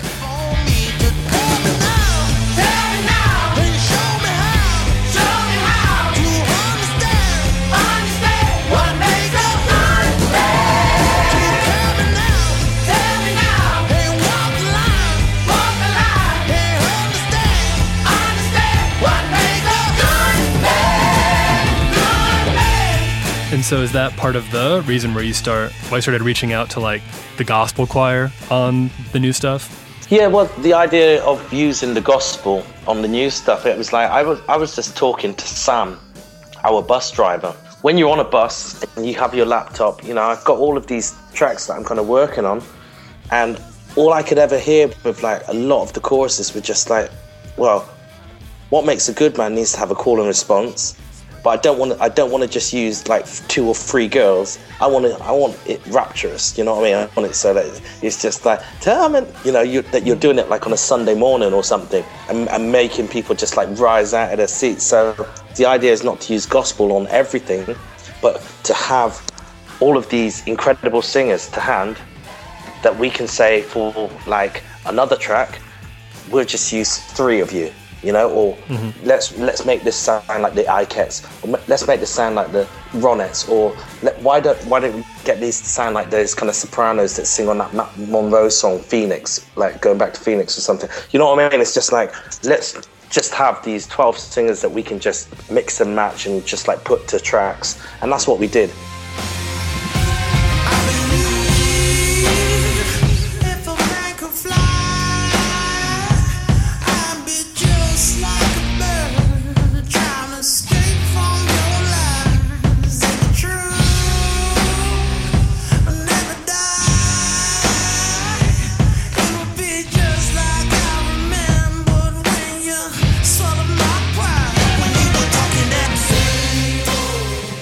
And so is that part of the reason where you start why you started reaching out to like the gospel choir on the new stuff? Yeah, well, the idea of using the gospel on the new stuff, it was like I was I was just talking to Sam, our bus driver. When you're on a bus and you have your laptop, you know, I've got all of these tracks that I'm kind of working on, and all I could ever hear with like a lot of the choruses were just like, well, what makes a good man needs to have a call and response. But I don't want to, I don't want to just use like two or three girls. I want to I want it rapturous. You know what I mean? I want it so that it's just like tell me, you know, you, that you're doing it like on a Sunday morning or something, and, and making people just like rise out of their seats. So the idea is not to use gospel on everything, but to have all of these incredible singers to hand that we can say for like another track we'll just use three of you you know or let's let's make this sound like the iCats or ma- let's make this sound like the Ronettes or let, why don't why don't we get these to sound like those kind of sopranos that sing on that Matt Monroe song Phoenix like going back to Phoenix or something you know what I mean it's just like let's just have these 12 singers that we can just mix and match and just like put to tracks. And that's what we did.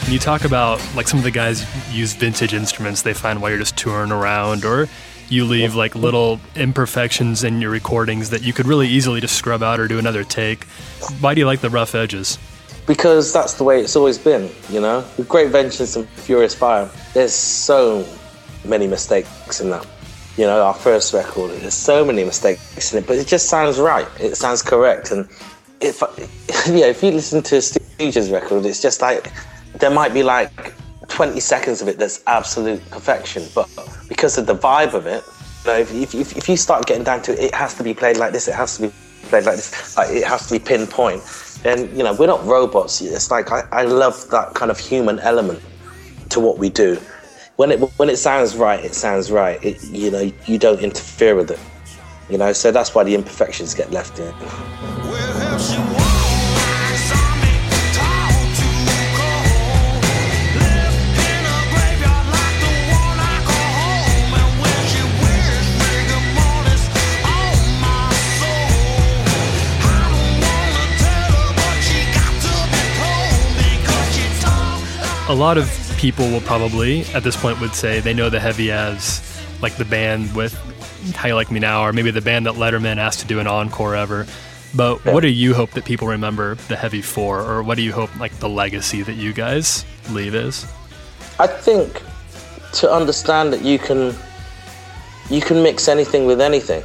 Can you talk about like some of the guys use vintage instruments they find while you're just touring around, or you leave like little imperfections in your recordings that you could really easily just scrub out or do another take? Why do you like the rough edges? because that's the way it's always been, you know? With Great Vengeance and Furious Fire, there's so many mistakes in that. You know, our first record, there's so many mistakes in it, but it just sounds right. It sounds correct. And if, yeah, if you listen to a Stooges record, it's just like, there might be like 20 seconds of it that's absolute perfection, but because of the vibe of it, you know, if, if, if- if you start getting down to it, it has to be played like this, it has to be played like this, like, it has to be pinpoint. And, you know, we're not robots. It's like, I, I love that kind of human element to what we do. When it, when it sounds right, it sounds right. It, you know, you don't interfere with it. You know, so that's why the imperfections get left in. A lot of people will probably at this point would say they know the heavy as like the band with How You Like Me Now, or maybe the band that Letterman asked to do an encore ever. But what do you hope that people remember the heavy for, or what do you hope like the legacy that you guys leave is? I think to understand that you can you can mix anything with anything,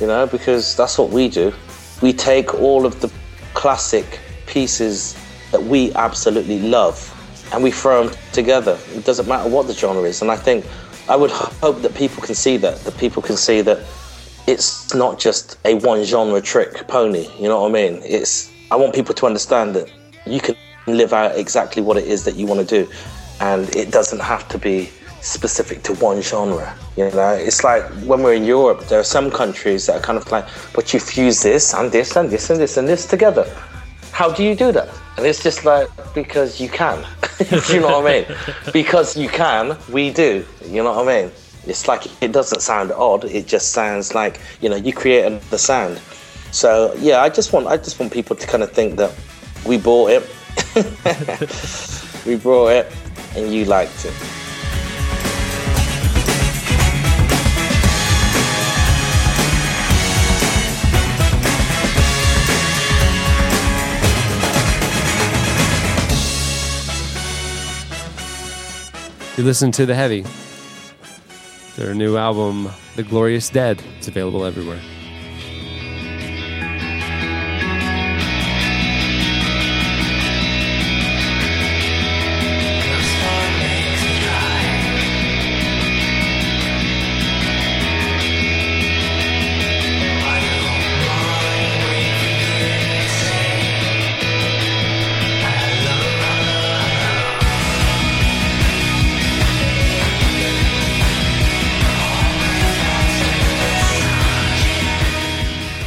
you know, because that's what we do. We take all of the classic pieces that we absolutely love and we throw them together. It doesn't matter what the genre is, and I think I would h- hope that people can see that that people can see that it's not just a one genre trick pony. You know what I mean? It's I want people to understand that you can live out exactly what it is that you want to do, and it doesn't have to be specific to one genre. You know, it's like when we're in Europe, there are some countries that are kind of like, but you fuse this and this and this and this and this together. How do you do that? And it's just like because you can. you know what I mean? Because you can, we do. You know what I mean? It's like it doesn't sound odd. It just sounds like you know you create the sound. So yeah, I just want I just want people to kind of think that we bought it, we brought it, and you liked it. You listen to The Heavy. Their new album, The Glorious Dead, is available everywhere.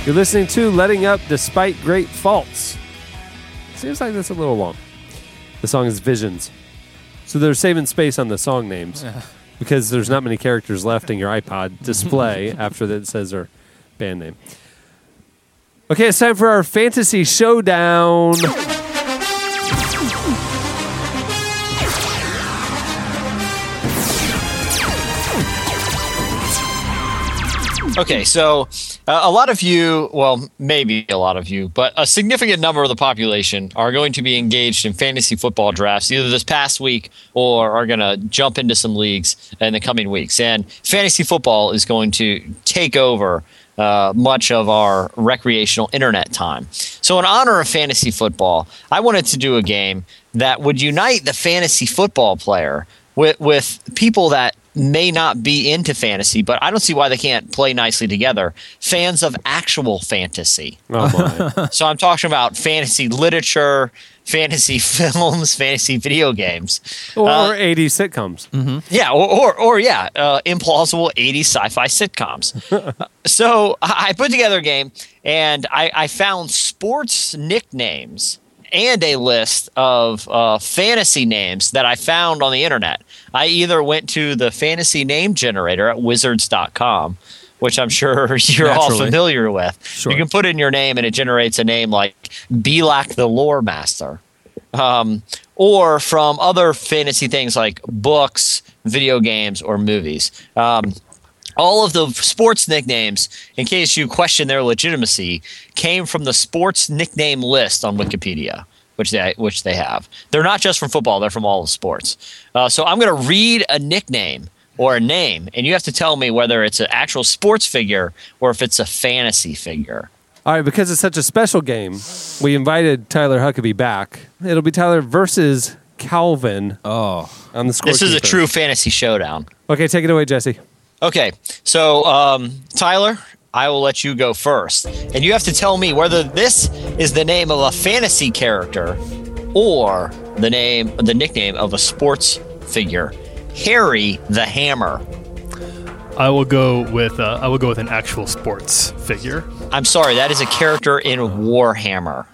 You're listening to Letting Up Despite Great Faults. Seems like that's a little long. The song is Visions. So they're saving space on the song names because there's not many characters left in your iPod display after that it says their band name. Okay, it's time for our fantasy showdown. Okay, so uh, a lot of you, well, maybe a lot of you, but a significant number of the population are going to be engaged in fantasy football drafts either this past week or are going to jump into some leagues in the coming weeks. And fantasy football is going to take over uh, much of our recreational internet time. So, in honor of fantasy football, I wanted to do a game that would unite the fantasy football player with, with people that may not be into fantasy, but I don't see why they can't play nicely together. Fans of actual fantasy. Oh my. so I'm talking about fantasy literature, fantasy films, fantasy video games. Or, Uh, or 80 sitcoms. Mm-hmm. yeah, or or, or yeah, uh, implausible 80s sci-fi sitcoms. so I I put together a game, and I, I found sports nicknames and a list of uh, fantasy names that I found on the internet. I either went to the fantasy name generator at wizards.com, which I'm sure you're all Naturally. familiar with. You can put in your name, and it generates a name like Belak the Lore Master um, or from other fantasy things like books, video games, or movies. Um, all of the sports nicknames, in case you question their legitimacy, came from the sports nickname list on Wikipedia, which they which they have. They're not just from football; they're from all of sports. Uh, so I'm going to read a nickname or a name, and you have to tell me whether it's an actual sports figure or if it's a fantasy figure. All right, because it's such a special game, we invited Tyler Huckabee back. It'll be Tyler versus Calvin. Oh, on the score. This is a true fantasy showdown. Okay, take it away, Jesse. Okay, so um, Tyler, I will let you go first, and you have to tell me whether this is the name of a fantasy character or the name, the nickname of a sports figure, Harry the Hammer. I will go with uh, I will go with an actual sports figure. I'm sorry, that is a character in Warhammer.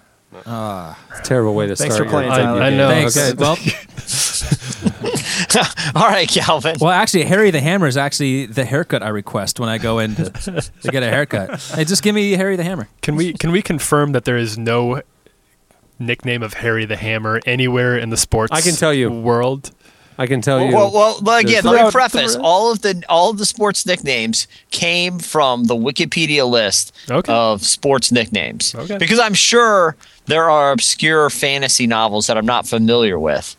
It's a terrible way to Thanks start. for playing, your Tyler. I- I game. know. Thanks. Okay. Oh, Well, All right, Calvin. well, actually, Harry the Hammer is actually the haircut I request when I go in to, to get a haircut. Hey, just give me Harry the Hammer. Can we can we confirm that there is no nickname of Harry the Hammer anywhere in the sports? I can tell you. world. I can tell you. Well, well, well again, let me Throughout- preface all of the all of the sports nicknames came from the Wikipedia list Okay. of sports nicknames. Okay. Because I'm sure there are obscure fantasy novels that I'm not familiar with.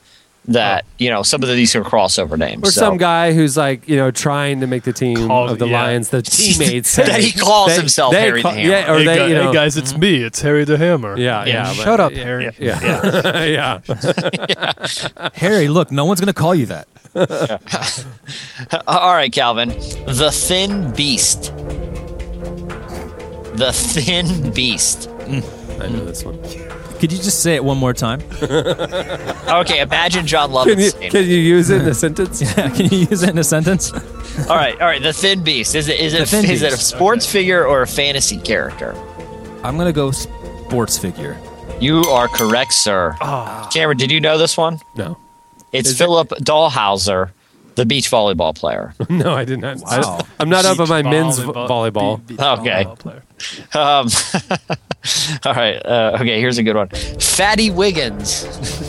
That you know, some of these are crossover names. Oh. or so- some guy who's like you know trying to make the team Called- of the yeah. Lions the teammates That say. he calls himself Harry the Hammer. Yeah, or hey, they, gu- you hey, know, guys, it's me. It's Harry the Hammer. yeah, yeah, but- Shut up, Harry. yeah, yeah. Harry, look, no one's gonna call you that. All right, Calvin, the Thin Beast. The Thin Beast. I know this one. Could you just say it one more time? Okay, imagine John Can you Lovett's name. can you use it in a sentence? Can you use it in a sentence? All right, all right. The Thin Beast is it is it, Thin is it a Beast, sports figure or a fantasy character? I'm gonna go sports figure. You are correct, sir. Cameron, did you know this one? No, It's Philip Dahlhauser, the beach volleyball player. no, I did not. Wow. I, am not up on my men's vo- volleyball. Be- be- Okay. volleyball player. Um, all right. Uh, okay, here's a good one. Fatty Wiggins.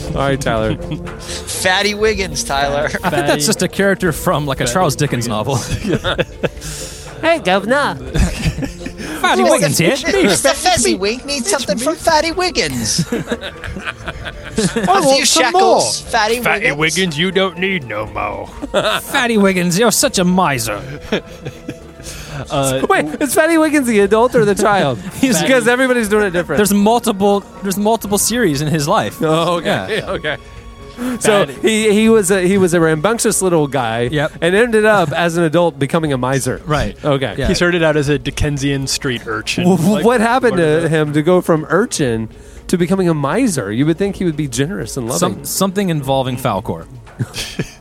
All right, Tyler. Fatty Wiggins, Tyler. I think that's just a character from like a Charles Dickens novel. hey, governor. Fatty Wiggins here. Mr. Fezziwig needs something from Fatty Wiggins. a few shackles, Fatty, Fatty Wiggins. Wiggins, you don't need no more. Fatty Wiggins, you're such a miser. Wait, is Fatty Wiggins the adult or the child? because everybody's doing it different. There's multiple. There's multiple series in his life. Oh, okay, okay. So he, he was a he was a rambunctious little guy, Yep. and ended up as an adult becoming a miser. Right. Okay. Yeah. He started out as a Dickensian street urchin. Well, Like, what happened where to did him to go from urchin to becoming a miser? You would think he would be generous and loving. Some, something involving Falcor.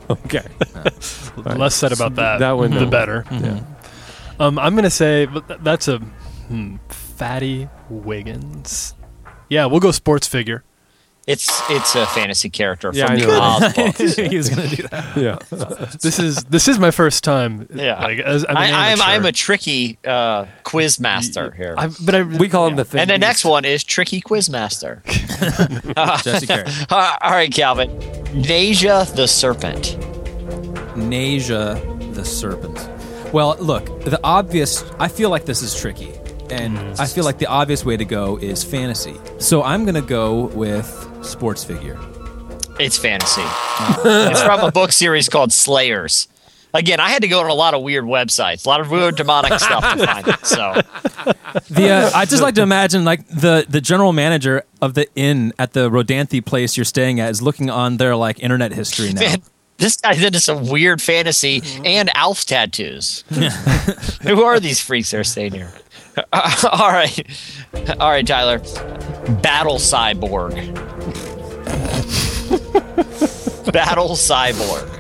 okay. that- Less said about that. That one, Mm. the no. better. Um, I'm gonna say but th- that's a hmm, Fatty Wiggins. Yeah, we'll go sports figure. It's it's a fantasy character Yeah, from I the know. Oz books. he was gonna do that. Yeah. This is this is my first time. Yeah. like, as, I'm, an I, I am I am amateur. a tricky uh, quiz master here. I've- but I, We call him the thing. and the next one is tricky quiz master. Jesse Carey. Uh, all right, Calvin. Nasia the serpent. Nasia the serpent. Well, look, the obvious. I feel like this is tricky, and I feel like the obvious way to go is fantasy. So I'm gonna go with sports figure. It's fantasy. it's from a book series called Slayers. Again, I had to go on a lot of weird websites, a lot of weird demonic stuff to find it. So The uh, I just like to imagine like the the general manager of the inn at the Rodanthe place you're staying at is looking on their like internet history now. this guy's into some weird fantasy and Alf tattoos. Who are these freaks that are staying here? all right, all right, Tyler. Battle cyborg. Battle cyborg.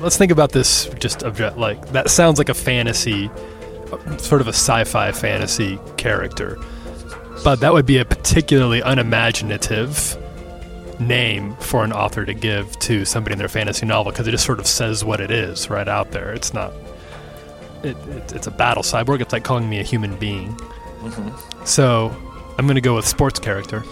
Let's think about this just object like that sounds like a fantasy, sort of a sci-fi fantasy character, but that would be a particularly unimaginative name for an author to give to somebody in their fantasy novel because it just sort of says what it is right out there. It's not. It, it, it's a battle cyborg. It's like calling me a human being. So, I'm gonna go with sports character.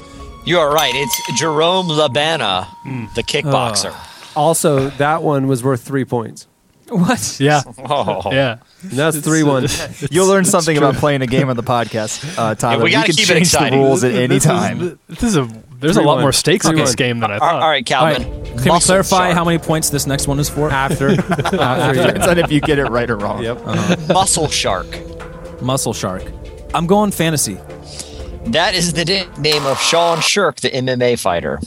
You are right. It's Jerome Labana, Hmm. the kickboxer. Also, that one was worth three points. What? Yeah, Oh. yeah. And that's uh, three one. You'll learn something about playing a game on the podcast, uh, Tyler. we gotta can keep it change the exciting. rules at any This is- time. This is a. There's a lot more stakes in this game than I All thought. right, all right, All Calvin. right. Can we Muscle clarify shark. how many points this next one is for? Uh, after. after you- Depends on if you get it right or wrong. Yep. Muscle shark. Muscle Shark. I'm going fantasy. That is the di- name of Sean Shirk, the MMA fighter.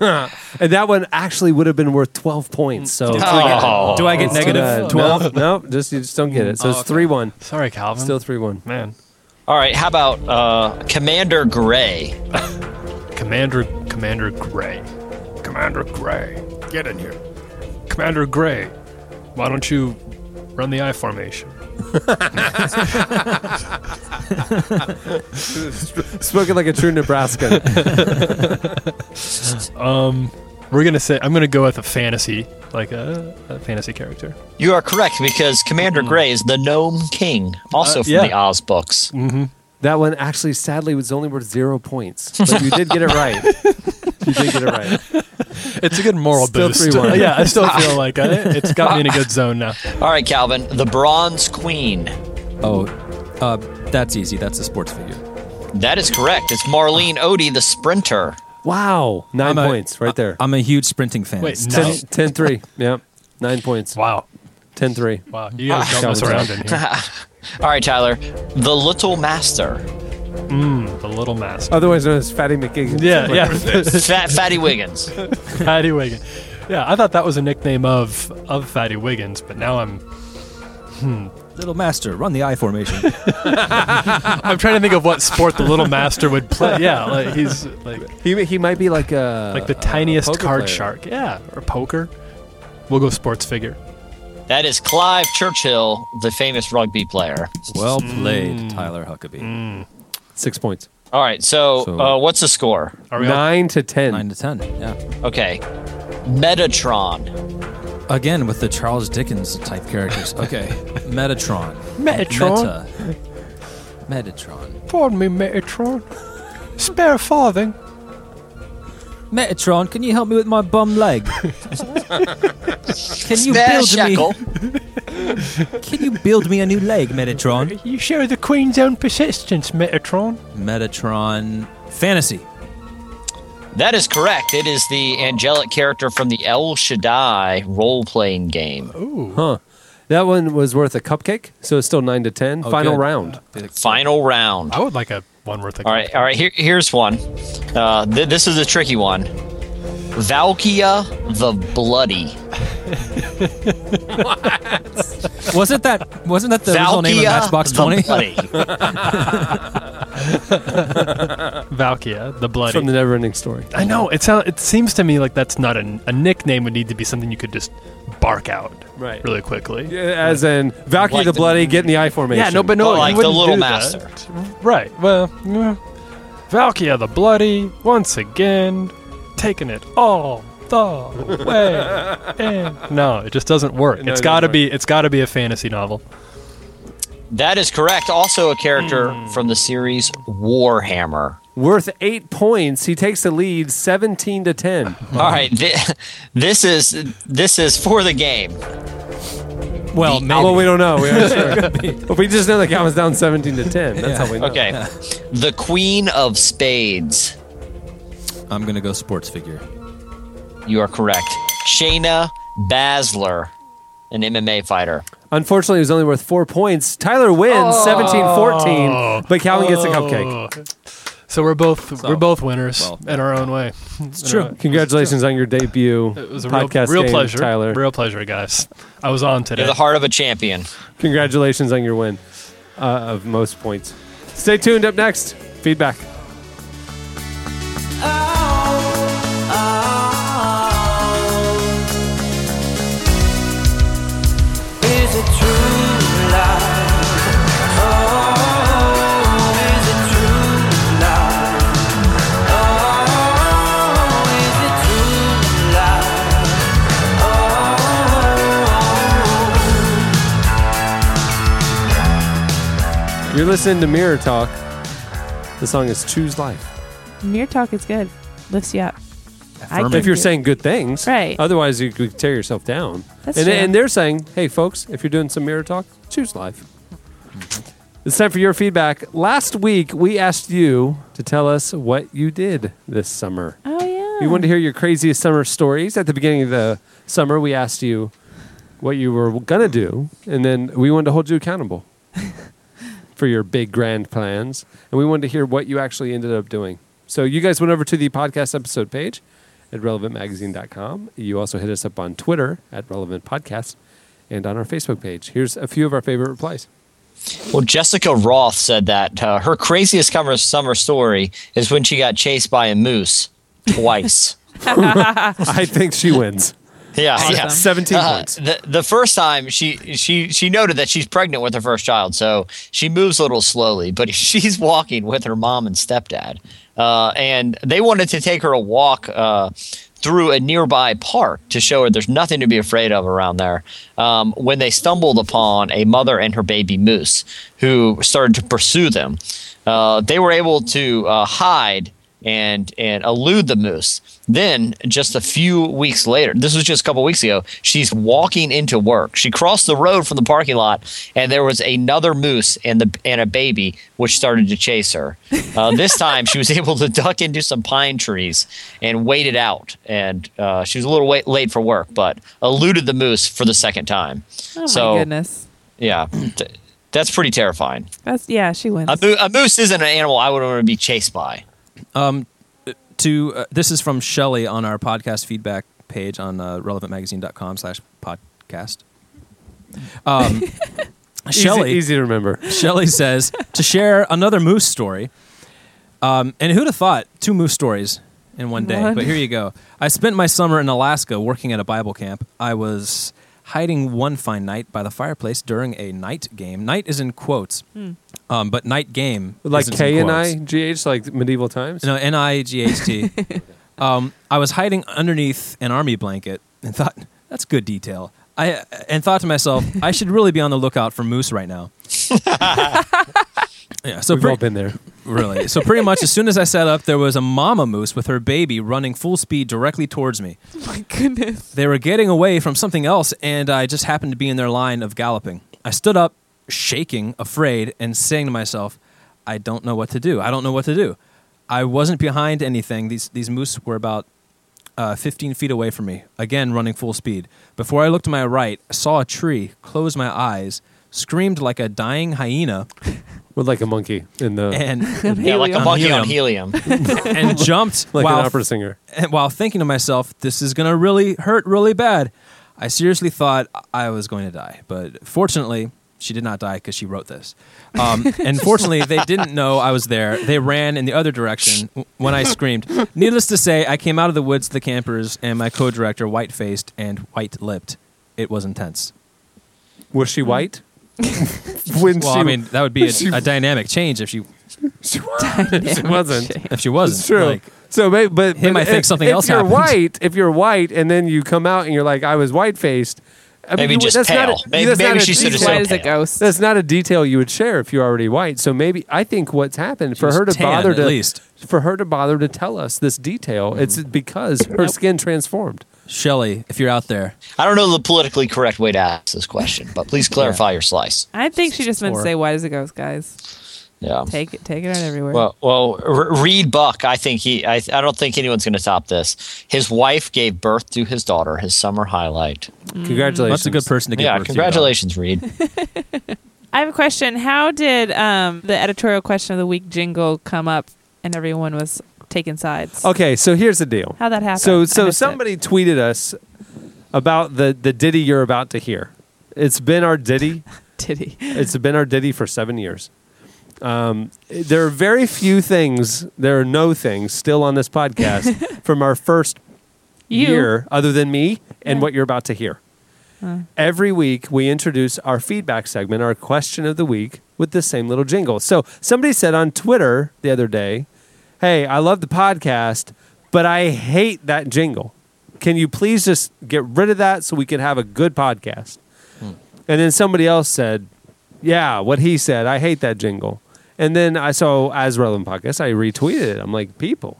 And that one actually would have been worth twelve points. So Oh. Do I get Uh, negative 12? No, no, just you just don't get it. Oh, So it's three one. Sorry, Calvin. Still three one. man. All right, how about uh, Commander Gray? Commander Commander Gray. Commander Gray. Get in here. Commander Gray. Why don't you run the I formation? Spoken like a true Nebraskan. We're gonna say I'm gonna go with a fantasy, like a, a fantasy character. You are correct because Commander Hmm. Gray is the Gnome King, Uh, also from yeah. the Oz books. Hmm. That one actually, sadly, was only worth zero points. But you did get it right. You did get it right. It's a good moral Still boost. 3-1. yeah, I still feel like I, it's got me in a good zone now. All right, Calvin, the Bronze Queen. Oh, uh, that's easy. That's a sports figure. That is correct. It's Marlene Odie, the sprinter. Wow. 9 I'm a- points right there. I'm a huge sprinting fan. Wait, no. Ten, ten three. Yep. Nine points. Wow. 10 3. Wow. You guys don't mess around in here. All right, Tyler, the Little Master. The little mask. Otherwise known as Fatty McGiggins. Oh, yeah, yeah. Fat, Fatty Wiggins. Fatty Wiggins. Yeah, I thought that was a nickname of of Fatty Wiggins, but now I'm Little Master, run the I formation. I'm trying to think of what sport the little master would play. Yeah, like he's like He, he might be like a. like the tiniest poker card player. shark. Yeah, or poker. We'll go sports figure. That is Clive Churchill, the famous rugby player. well played, Tyler Huckabee. Mm. Six points. All right, so, So- uh, what's the score? Are we all, Nine to 10. Nine to ten. Yeah. Okay, Metatron. Again with the Charles Dickens type characters. Okay. Metatron. Metatron? Meta. Metatron. Pardon me, Metatron. Spare a farthing. Metatron, can you help me with my bum leg? can you Spare build shekel. me? Can you build me a new leg, Metatron? You show the Queen's own persistence, Metatron. Metatron. Fantasy. That is correct. It is the angelic character from the El Shaddai role playing game. That one was worth a cupcake. So it's still 9 to 10. Oh, Final good. round. Final round. I would like a one worth a All right, all right. Here, here's one. Uh, th- this is a tricky one. Valkia the Bloody. Wasn't that wasn't that the original name of Valkia Matchbox Twenty? the Bloody. Valkia, the bloody. From the never ending story. I know it sounds. It seems to me like that's not a, a nickname. Would need to be something you could just bark out Right. really quickly. Yeah, As in, Valkyrie Like the the- Bloody, get in the I formation. Yeah, no, but no, But you like the wouldn't Little do Master. that. Right. Well, yeah. Valkia the Bloody once again taking it all the way. in. No, it just doesn't work. No, it's it got to doesn't be. It's got to be a fantasy novel. that is correct. Also a character from the series Warhammer. Worth eight points. He takes the lead 17 to 10. All right, thi- this is this is for the game. Well, The- Well, we don't know. We aren't sure. But we just know the count was down 17 to 10. That's how we know. Okay, the Queen of Spades. I'm gonna go sports figure. You are correct. Shayna Baszler, an MMA fighter. Unfortunately, it was only worth Oh. four points. Tyler wins 17 14, but Calvin gets a cupcake. So we're both So, we're both winners well, in our own way. In It's true. our- Congratulations on your debut It was a real, podcast real game, pleasure, Tyler. Real pleasure, guys. I was on today. You're the heart of a champion. Congratulations on your win uh, of most points. Stay tuned. Up next, feedback. Is it true love? Oh, is it true love? Oh, is it true love? Oh. You're listening to Mirror Talk. The song is Choose Life. Mirror talk is good. Lifts you up. I can if you're do- saying good things, Right. Otherwise, you could tear yourself down. That's and, true. and they're saying, hey, folks, if you're doing some mirror talk, choose life. Mm-hmm. It's time for your feedback. Last week, we asked you to tell us what you did this summer. Oh, yeah. We wanted to hear your craziest summer stories. At the beginning of the summer, we asked you what you were going to do, and then we wanted to hold you accountable for your big grand plans. And we wanted to hear what you actually ended up doing. So you guys went over to the podcast episode page at relevantmagazine.com. You also hit us up on Twitter at Relevant Podcast and on our Facebook page. Here's a few of our favorite replies. Well, Jessica Roth said that uh, her craziest summer, summer story is when she got chased by a moose twice. I think she wins. Yeah, yeah. 17 Uh, points. The, the first time she she she noted that she's pregnant with her first child, so she moves a little slowly, but she's walking with her mom and stepdad, uh, and they wanted to take her a walk. Uh, through a nearby park to show her there's nothing to be afraid of around there. Um, when they stumbled upon a mother and her baby moose who started to pursue them, uh, they were able to uh, hide and and elude the moose. Then just a few weeks later, this was just a couple weeks ago, she's walking into work. She crossed the road from the parking lot, and there was another moose and the and a baby which started to chase her. Uh, this time, she was able to duck into some pine trees and wait it out. And uh, she was a little wait, late for work, but eluded the moose for the second time. Oh so my goodness. yeah, th- that's pretty terrifying. That's yeah. She wins. A, mo- a moose isn't an animal I would want to be chased by. Um, to uh, this is from Shelley on our podcast feedback page on uh, relevantmagazine.com slash podcast. Um, Shelley, Easy- easy to remember. Shelley says to share another moose story. Um, and who'd have thought two moose stories in one day? What? But here you go. I spent my summer in Alaska working at a Bible camp. I was hiding one fine night by the fireplace during a night game. Night is in quotes, Hmm. um, but night game Like isn't in K and quotes. I G H, like medieval times. No, N I G H T. Um, I was hiding underneath an army blanket and thought, that's good detail. I and thought to myself, I should really be on the lookout for moose right now. yeah, so We've pre- all been there. Really. So pretty much as soon as I sat up, there was a mama moose with her baby running full speed directly towards me. my goodness. They were getting away from something else, and I just happened to be in their line of galloping. I stood up, shaking, afraid, and saying to myself, I don't know what to do. I don't know what to do. I wasn't behind anything. These, these moose were about uh, 15 feet away from me, again running full speed. Before I looked to my right, I saw a tree, closed my eyes, screamed like a dying hyena. With like a monkey in the and Yeah, like a monkey on helium. and jumped Like an while, opera singer. and while thinking to myself, this is going to really hurt really bad. I seriously thought I was going to die, but fortunately, she did not die because she wrote this. Um, and fortunately, they didn't know I was there. They ran in the other direction w- when I screamed. Needless to say, I came out of the woods to the campers and my co director, white faced and white lipped. It was intense. Was Hmm. she white? when well, she- I mean, that would be a, she- a dynamic change if she she wasn't. if she wasn't. It's true. Like, so, may- but, he but might if, think something if else you're happened. white, if you're white, and then you come out and you're like, I was white faced. I Maybe you- just that's not pale. a- Maybe- that's maybe not a she should've detail- said White as a pale. ghost. That's not a detail you would share if you're already white. So maybe I think what's happened for was her to tan, bother at to least. Hmm. for her to bother to tell us this detail. It's because her skin transformed. Shelly, if you're out there, I don't know the politically correct way to ask this question, but please clarify your slice. I think she just meant to Or- say why does it ghost, guys. Yeah. Take it. Take it out everywhere. Well, well, R- Reed Buck. I think he. I, I don't think anyone's going to top this. His wife gave birth to his daughter. His summer highlight. Congratulations. Hmm. That's a good person to give yeah, birth to your daughter. congratulations, Reed. I have a question. How did um, the editorial question of the week jingle come up and everyone was taking sides. Okay, so here's the deal. How'd that happen? So I so missed it. somebody tweeted us about the the ditty you're about to hear. It's been our ditty. ditty. It's been our ditty for seven years. Um, there are very few things. There are no things still on this podcast from our first You. year, other than me and what you're about to hear. Uh, Every week, we introduce our feedback segment, our question of the week, with the same little jingle. So somebody said on Twitter the other day, Hey, I love the podcast, but I hate that jingle. Can you please just get rid of that so we can have a good podcast? And then somebody else said, Yeah, what he said, I hate that jingle. And then I saw as relevant podcast, I retweeted it. I'm like, people,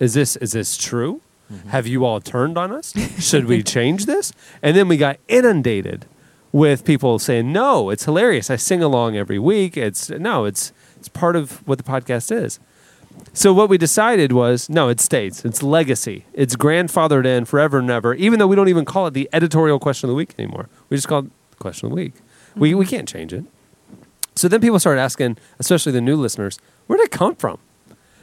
is this is this true? Have you all turned on us? Should we change this? And then we got inundated with people saying, "No, it's hilarious. I sing along every week. It's no, it's it's part of what the podcast is." So what we decided was, no, it stays. It's legacy. It's grandfathered in forever and ever. Even though we don't even call it the editorial question of the week anymore, we just call it question of the week. We we can't change it. So then people started asking, especially the new listeners, where did it come from?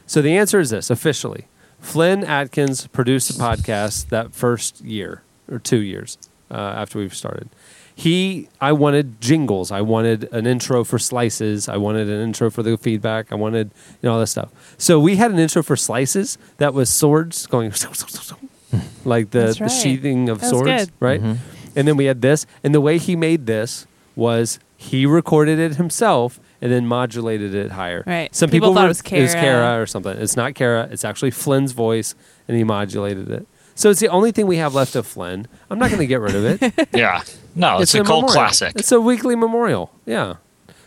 So the answer is this officially Flynn Atkins produced the podcast that first year or two years uh, after we've started. He, I wanted jingles. I wanted an intro for slices. I wanted an intro for the feedback. I wanted, you know, all that stuff. So we had an intro for slices that was swords going like the, That's the right. sheathing of That was swords, good. right? And then we had this. And the way he made this was he recorded it himself and then modulated it higher. Right. Some people, People thought it were- was It was Kara. Kara or something. It's not Kara. It's actually Flynn's voice, and he modulated it. So it's the only thing we have left of Flynn. I'm not going to get rid of it. Yeah. No, Oh, it's, a, a cult memorial. classic. It's a weekly memorial. Yeah.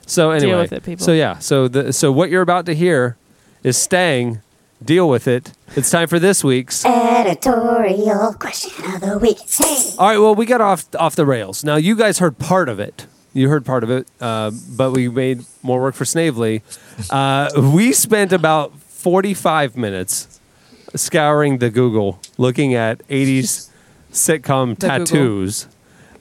So anyway, with it, people. so yeah, so the so what you're about to hear is staying. Deal with it. It's time for this week's. All Editorial question of the week. Hey, right. Well, we got off off the rails. Now you guys heard part of it. You heard part of it, uh, but we made more work for Snavely. Uh, we spent about 45 minutes scouring the Google, looking at 80s sitcom The Google. tattoos.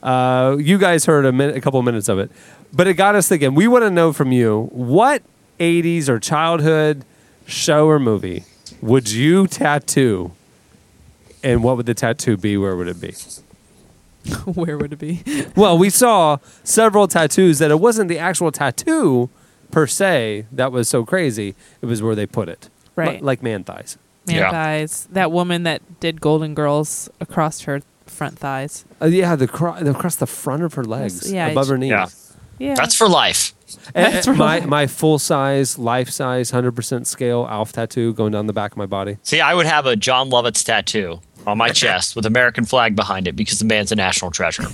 Uh, you guys heard a, minute, a couple minutes of it, but it got us thinking. We want to know from you what 80s or childhood show or movie would you tattoo, and what would the tattoo be? Where would it be? where would it be? Well, we saw several tattoos that it wasn't the actual tattoo per se that was so crazy. It was where they put it, Right. Li- like man thighs. Man Yeah. thighs. That woman that did Golden Girls across her front thighs. Uh, yeah, the, cro- the across the front of her legs, yeah, above her knees. Yeah. Yeah. That's for life. And- That's and my right. my full size, life size, hundred percent scale Alf tattoo going down the back of my body. See, I would have a John Lovitz tattoo on my chest with American flag behind it because the man's a national treasure.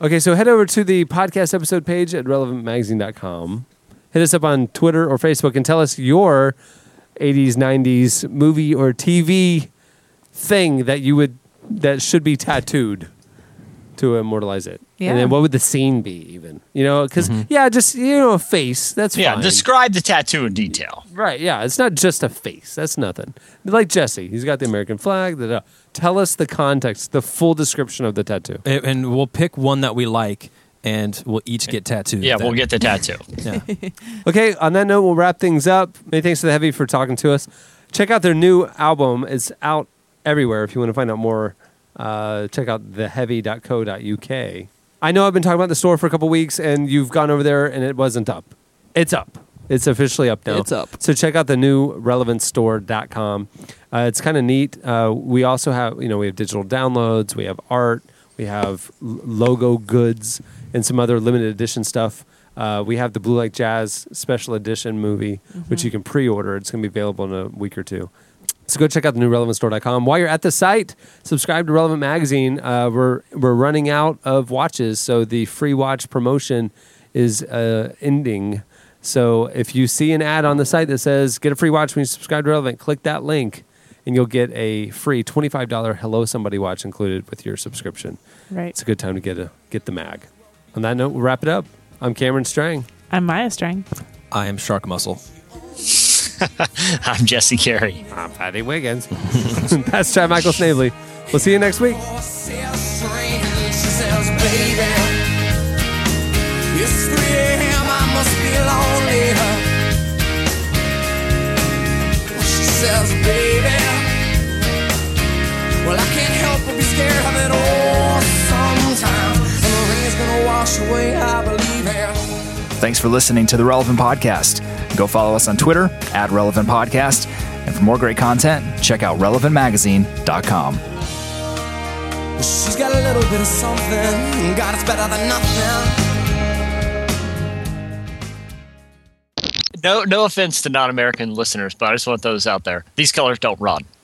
Okay, so head over to the podcast episode page at relevantmagazine.com. Hit us up on Twitter or Facebook and tell us your 80s, 90s movie or TV thing that you would that should be tattooed to immortalize it. And Yeah. then what would the scene be even? You know, because yeah, just you know, a face. That's yeah, fine. describe the tattoo in detail. Right, yeah. It's not just a face. That's nothing. Like Jesse, he's got the American flag. Da, da. Tell us the context, the full description of the tattoo. A- and we'll pick one that we like, and we'll each get tattooed. Yeah, then. we'll get the tattoo. Yeah. Okay, on that note, we'll wrap things up. Many thanks to the Heavy for talking to us. Check out their new album. It's out everywhere. If you want to find out more, uh, check out theheavy.co.uk. I know I've been talking about the store for a couple weeks, and you've gone over there, and it wasn't up. It's up. It's officially up now. It's up. So check out the new relevancestore.com. Uh, it's kind of neat. Uh, we also have, you know, we have digital downloads, we have art, we have l- logo goods, and some other limited edition stuff. Uh, we have the Blue Light Jazz special edition movie, which you can pre order. It's going to be available in a week or two. So go check out the new relevantstore.com. While you're at the site, subscribe to Relevant Magazine. Uh, we're we're running out of watches, so the free watch promotion is uh, ending. So if you see an ad on the site that says "Get a free watch when you subscribe to Relevant," click that link, and you'll get a free twenty-five dollar Hello Somebody watch included with your subscription. right. It's a good time to get a get the mag. On that note, we'll wrap it up. I'm Cameron Strang. I'm Maya Strang. I am Shark Muscle. I'm Jesse Carey. I'm Patty Wiggins. That's Chad Michael Snavely. We'll see you next week. She says, baby, it's 3 a.m. I must be lonely. huh? scared of it all sometime. And the rain's gonna wash away, Oh, I believe it. Thanks for listening to the Relevant Podcast. Go follow us on Twitter at Relevant Podcast. And for more great content, check out relevantmagazine.com. She's got a little bit of something. God, it's better than nothing. No, no offense to non-American listeners, but I just want those out there. These colors don't run.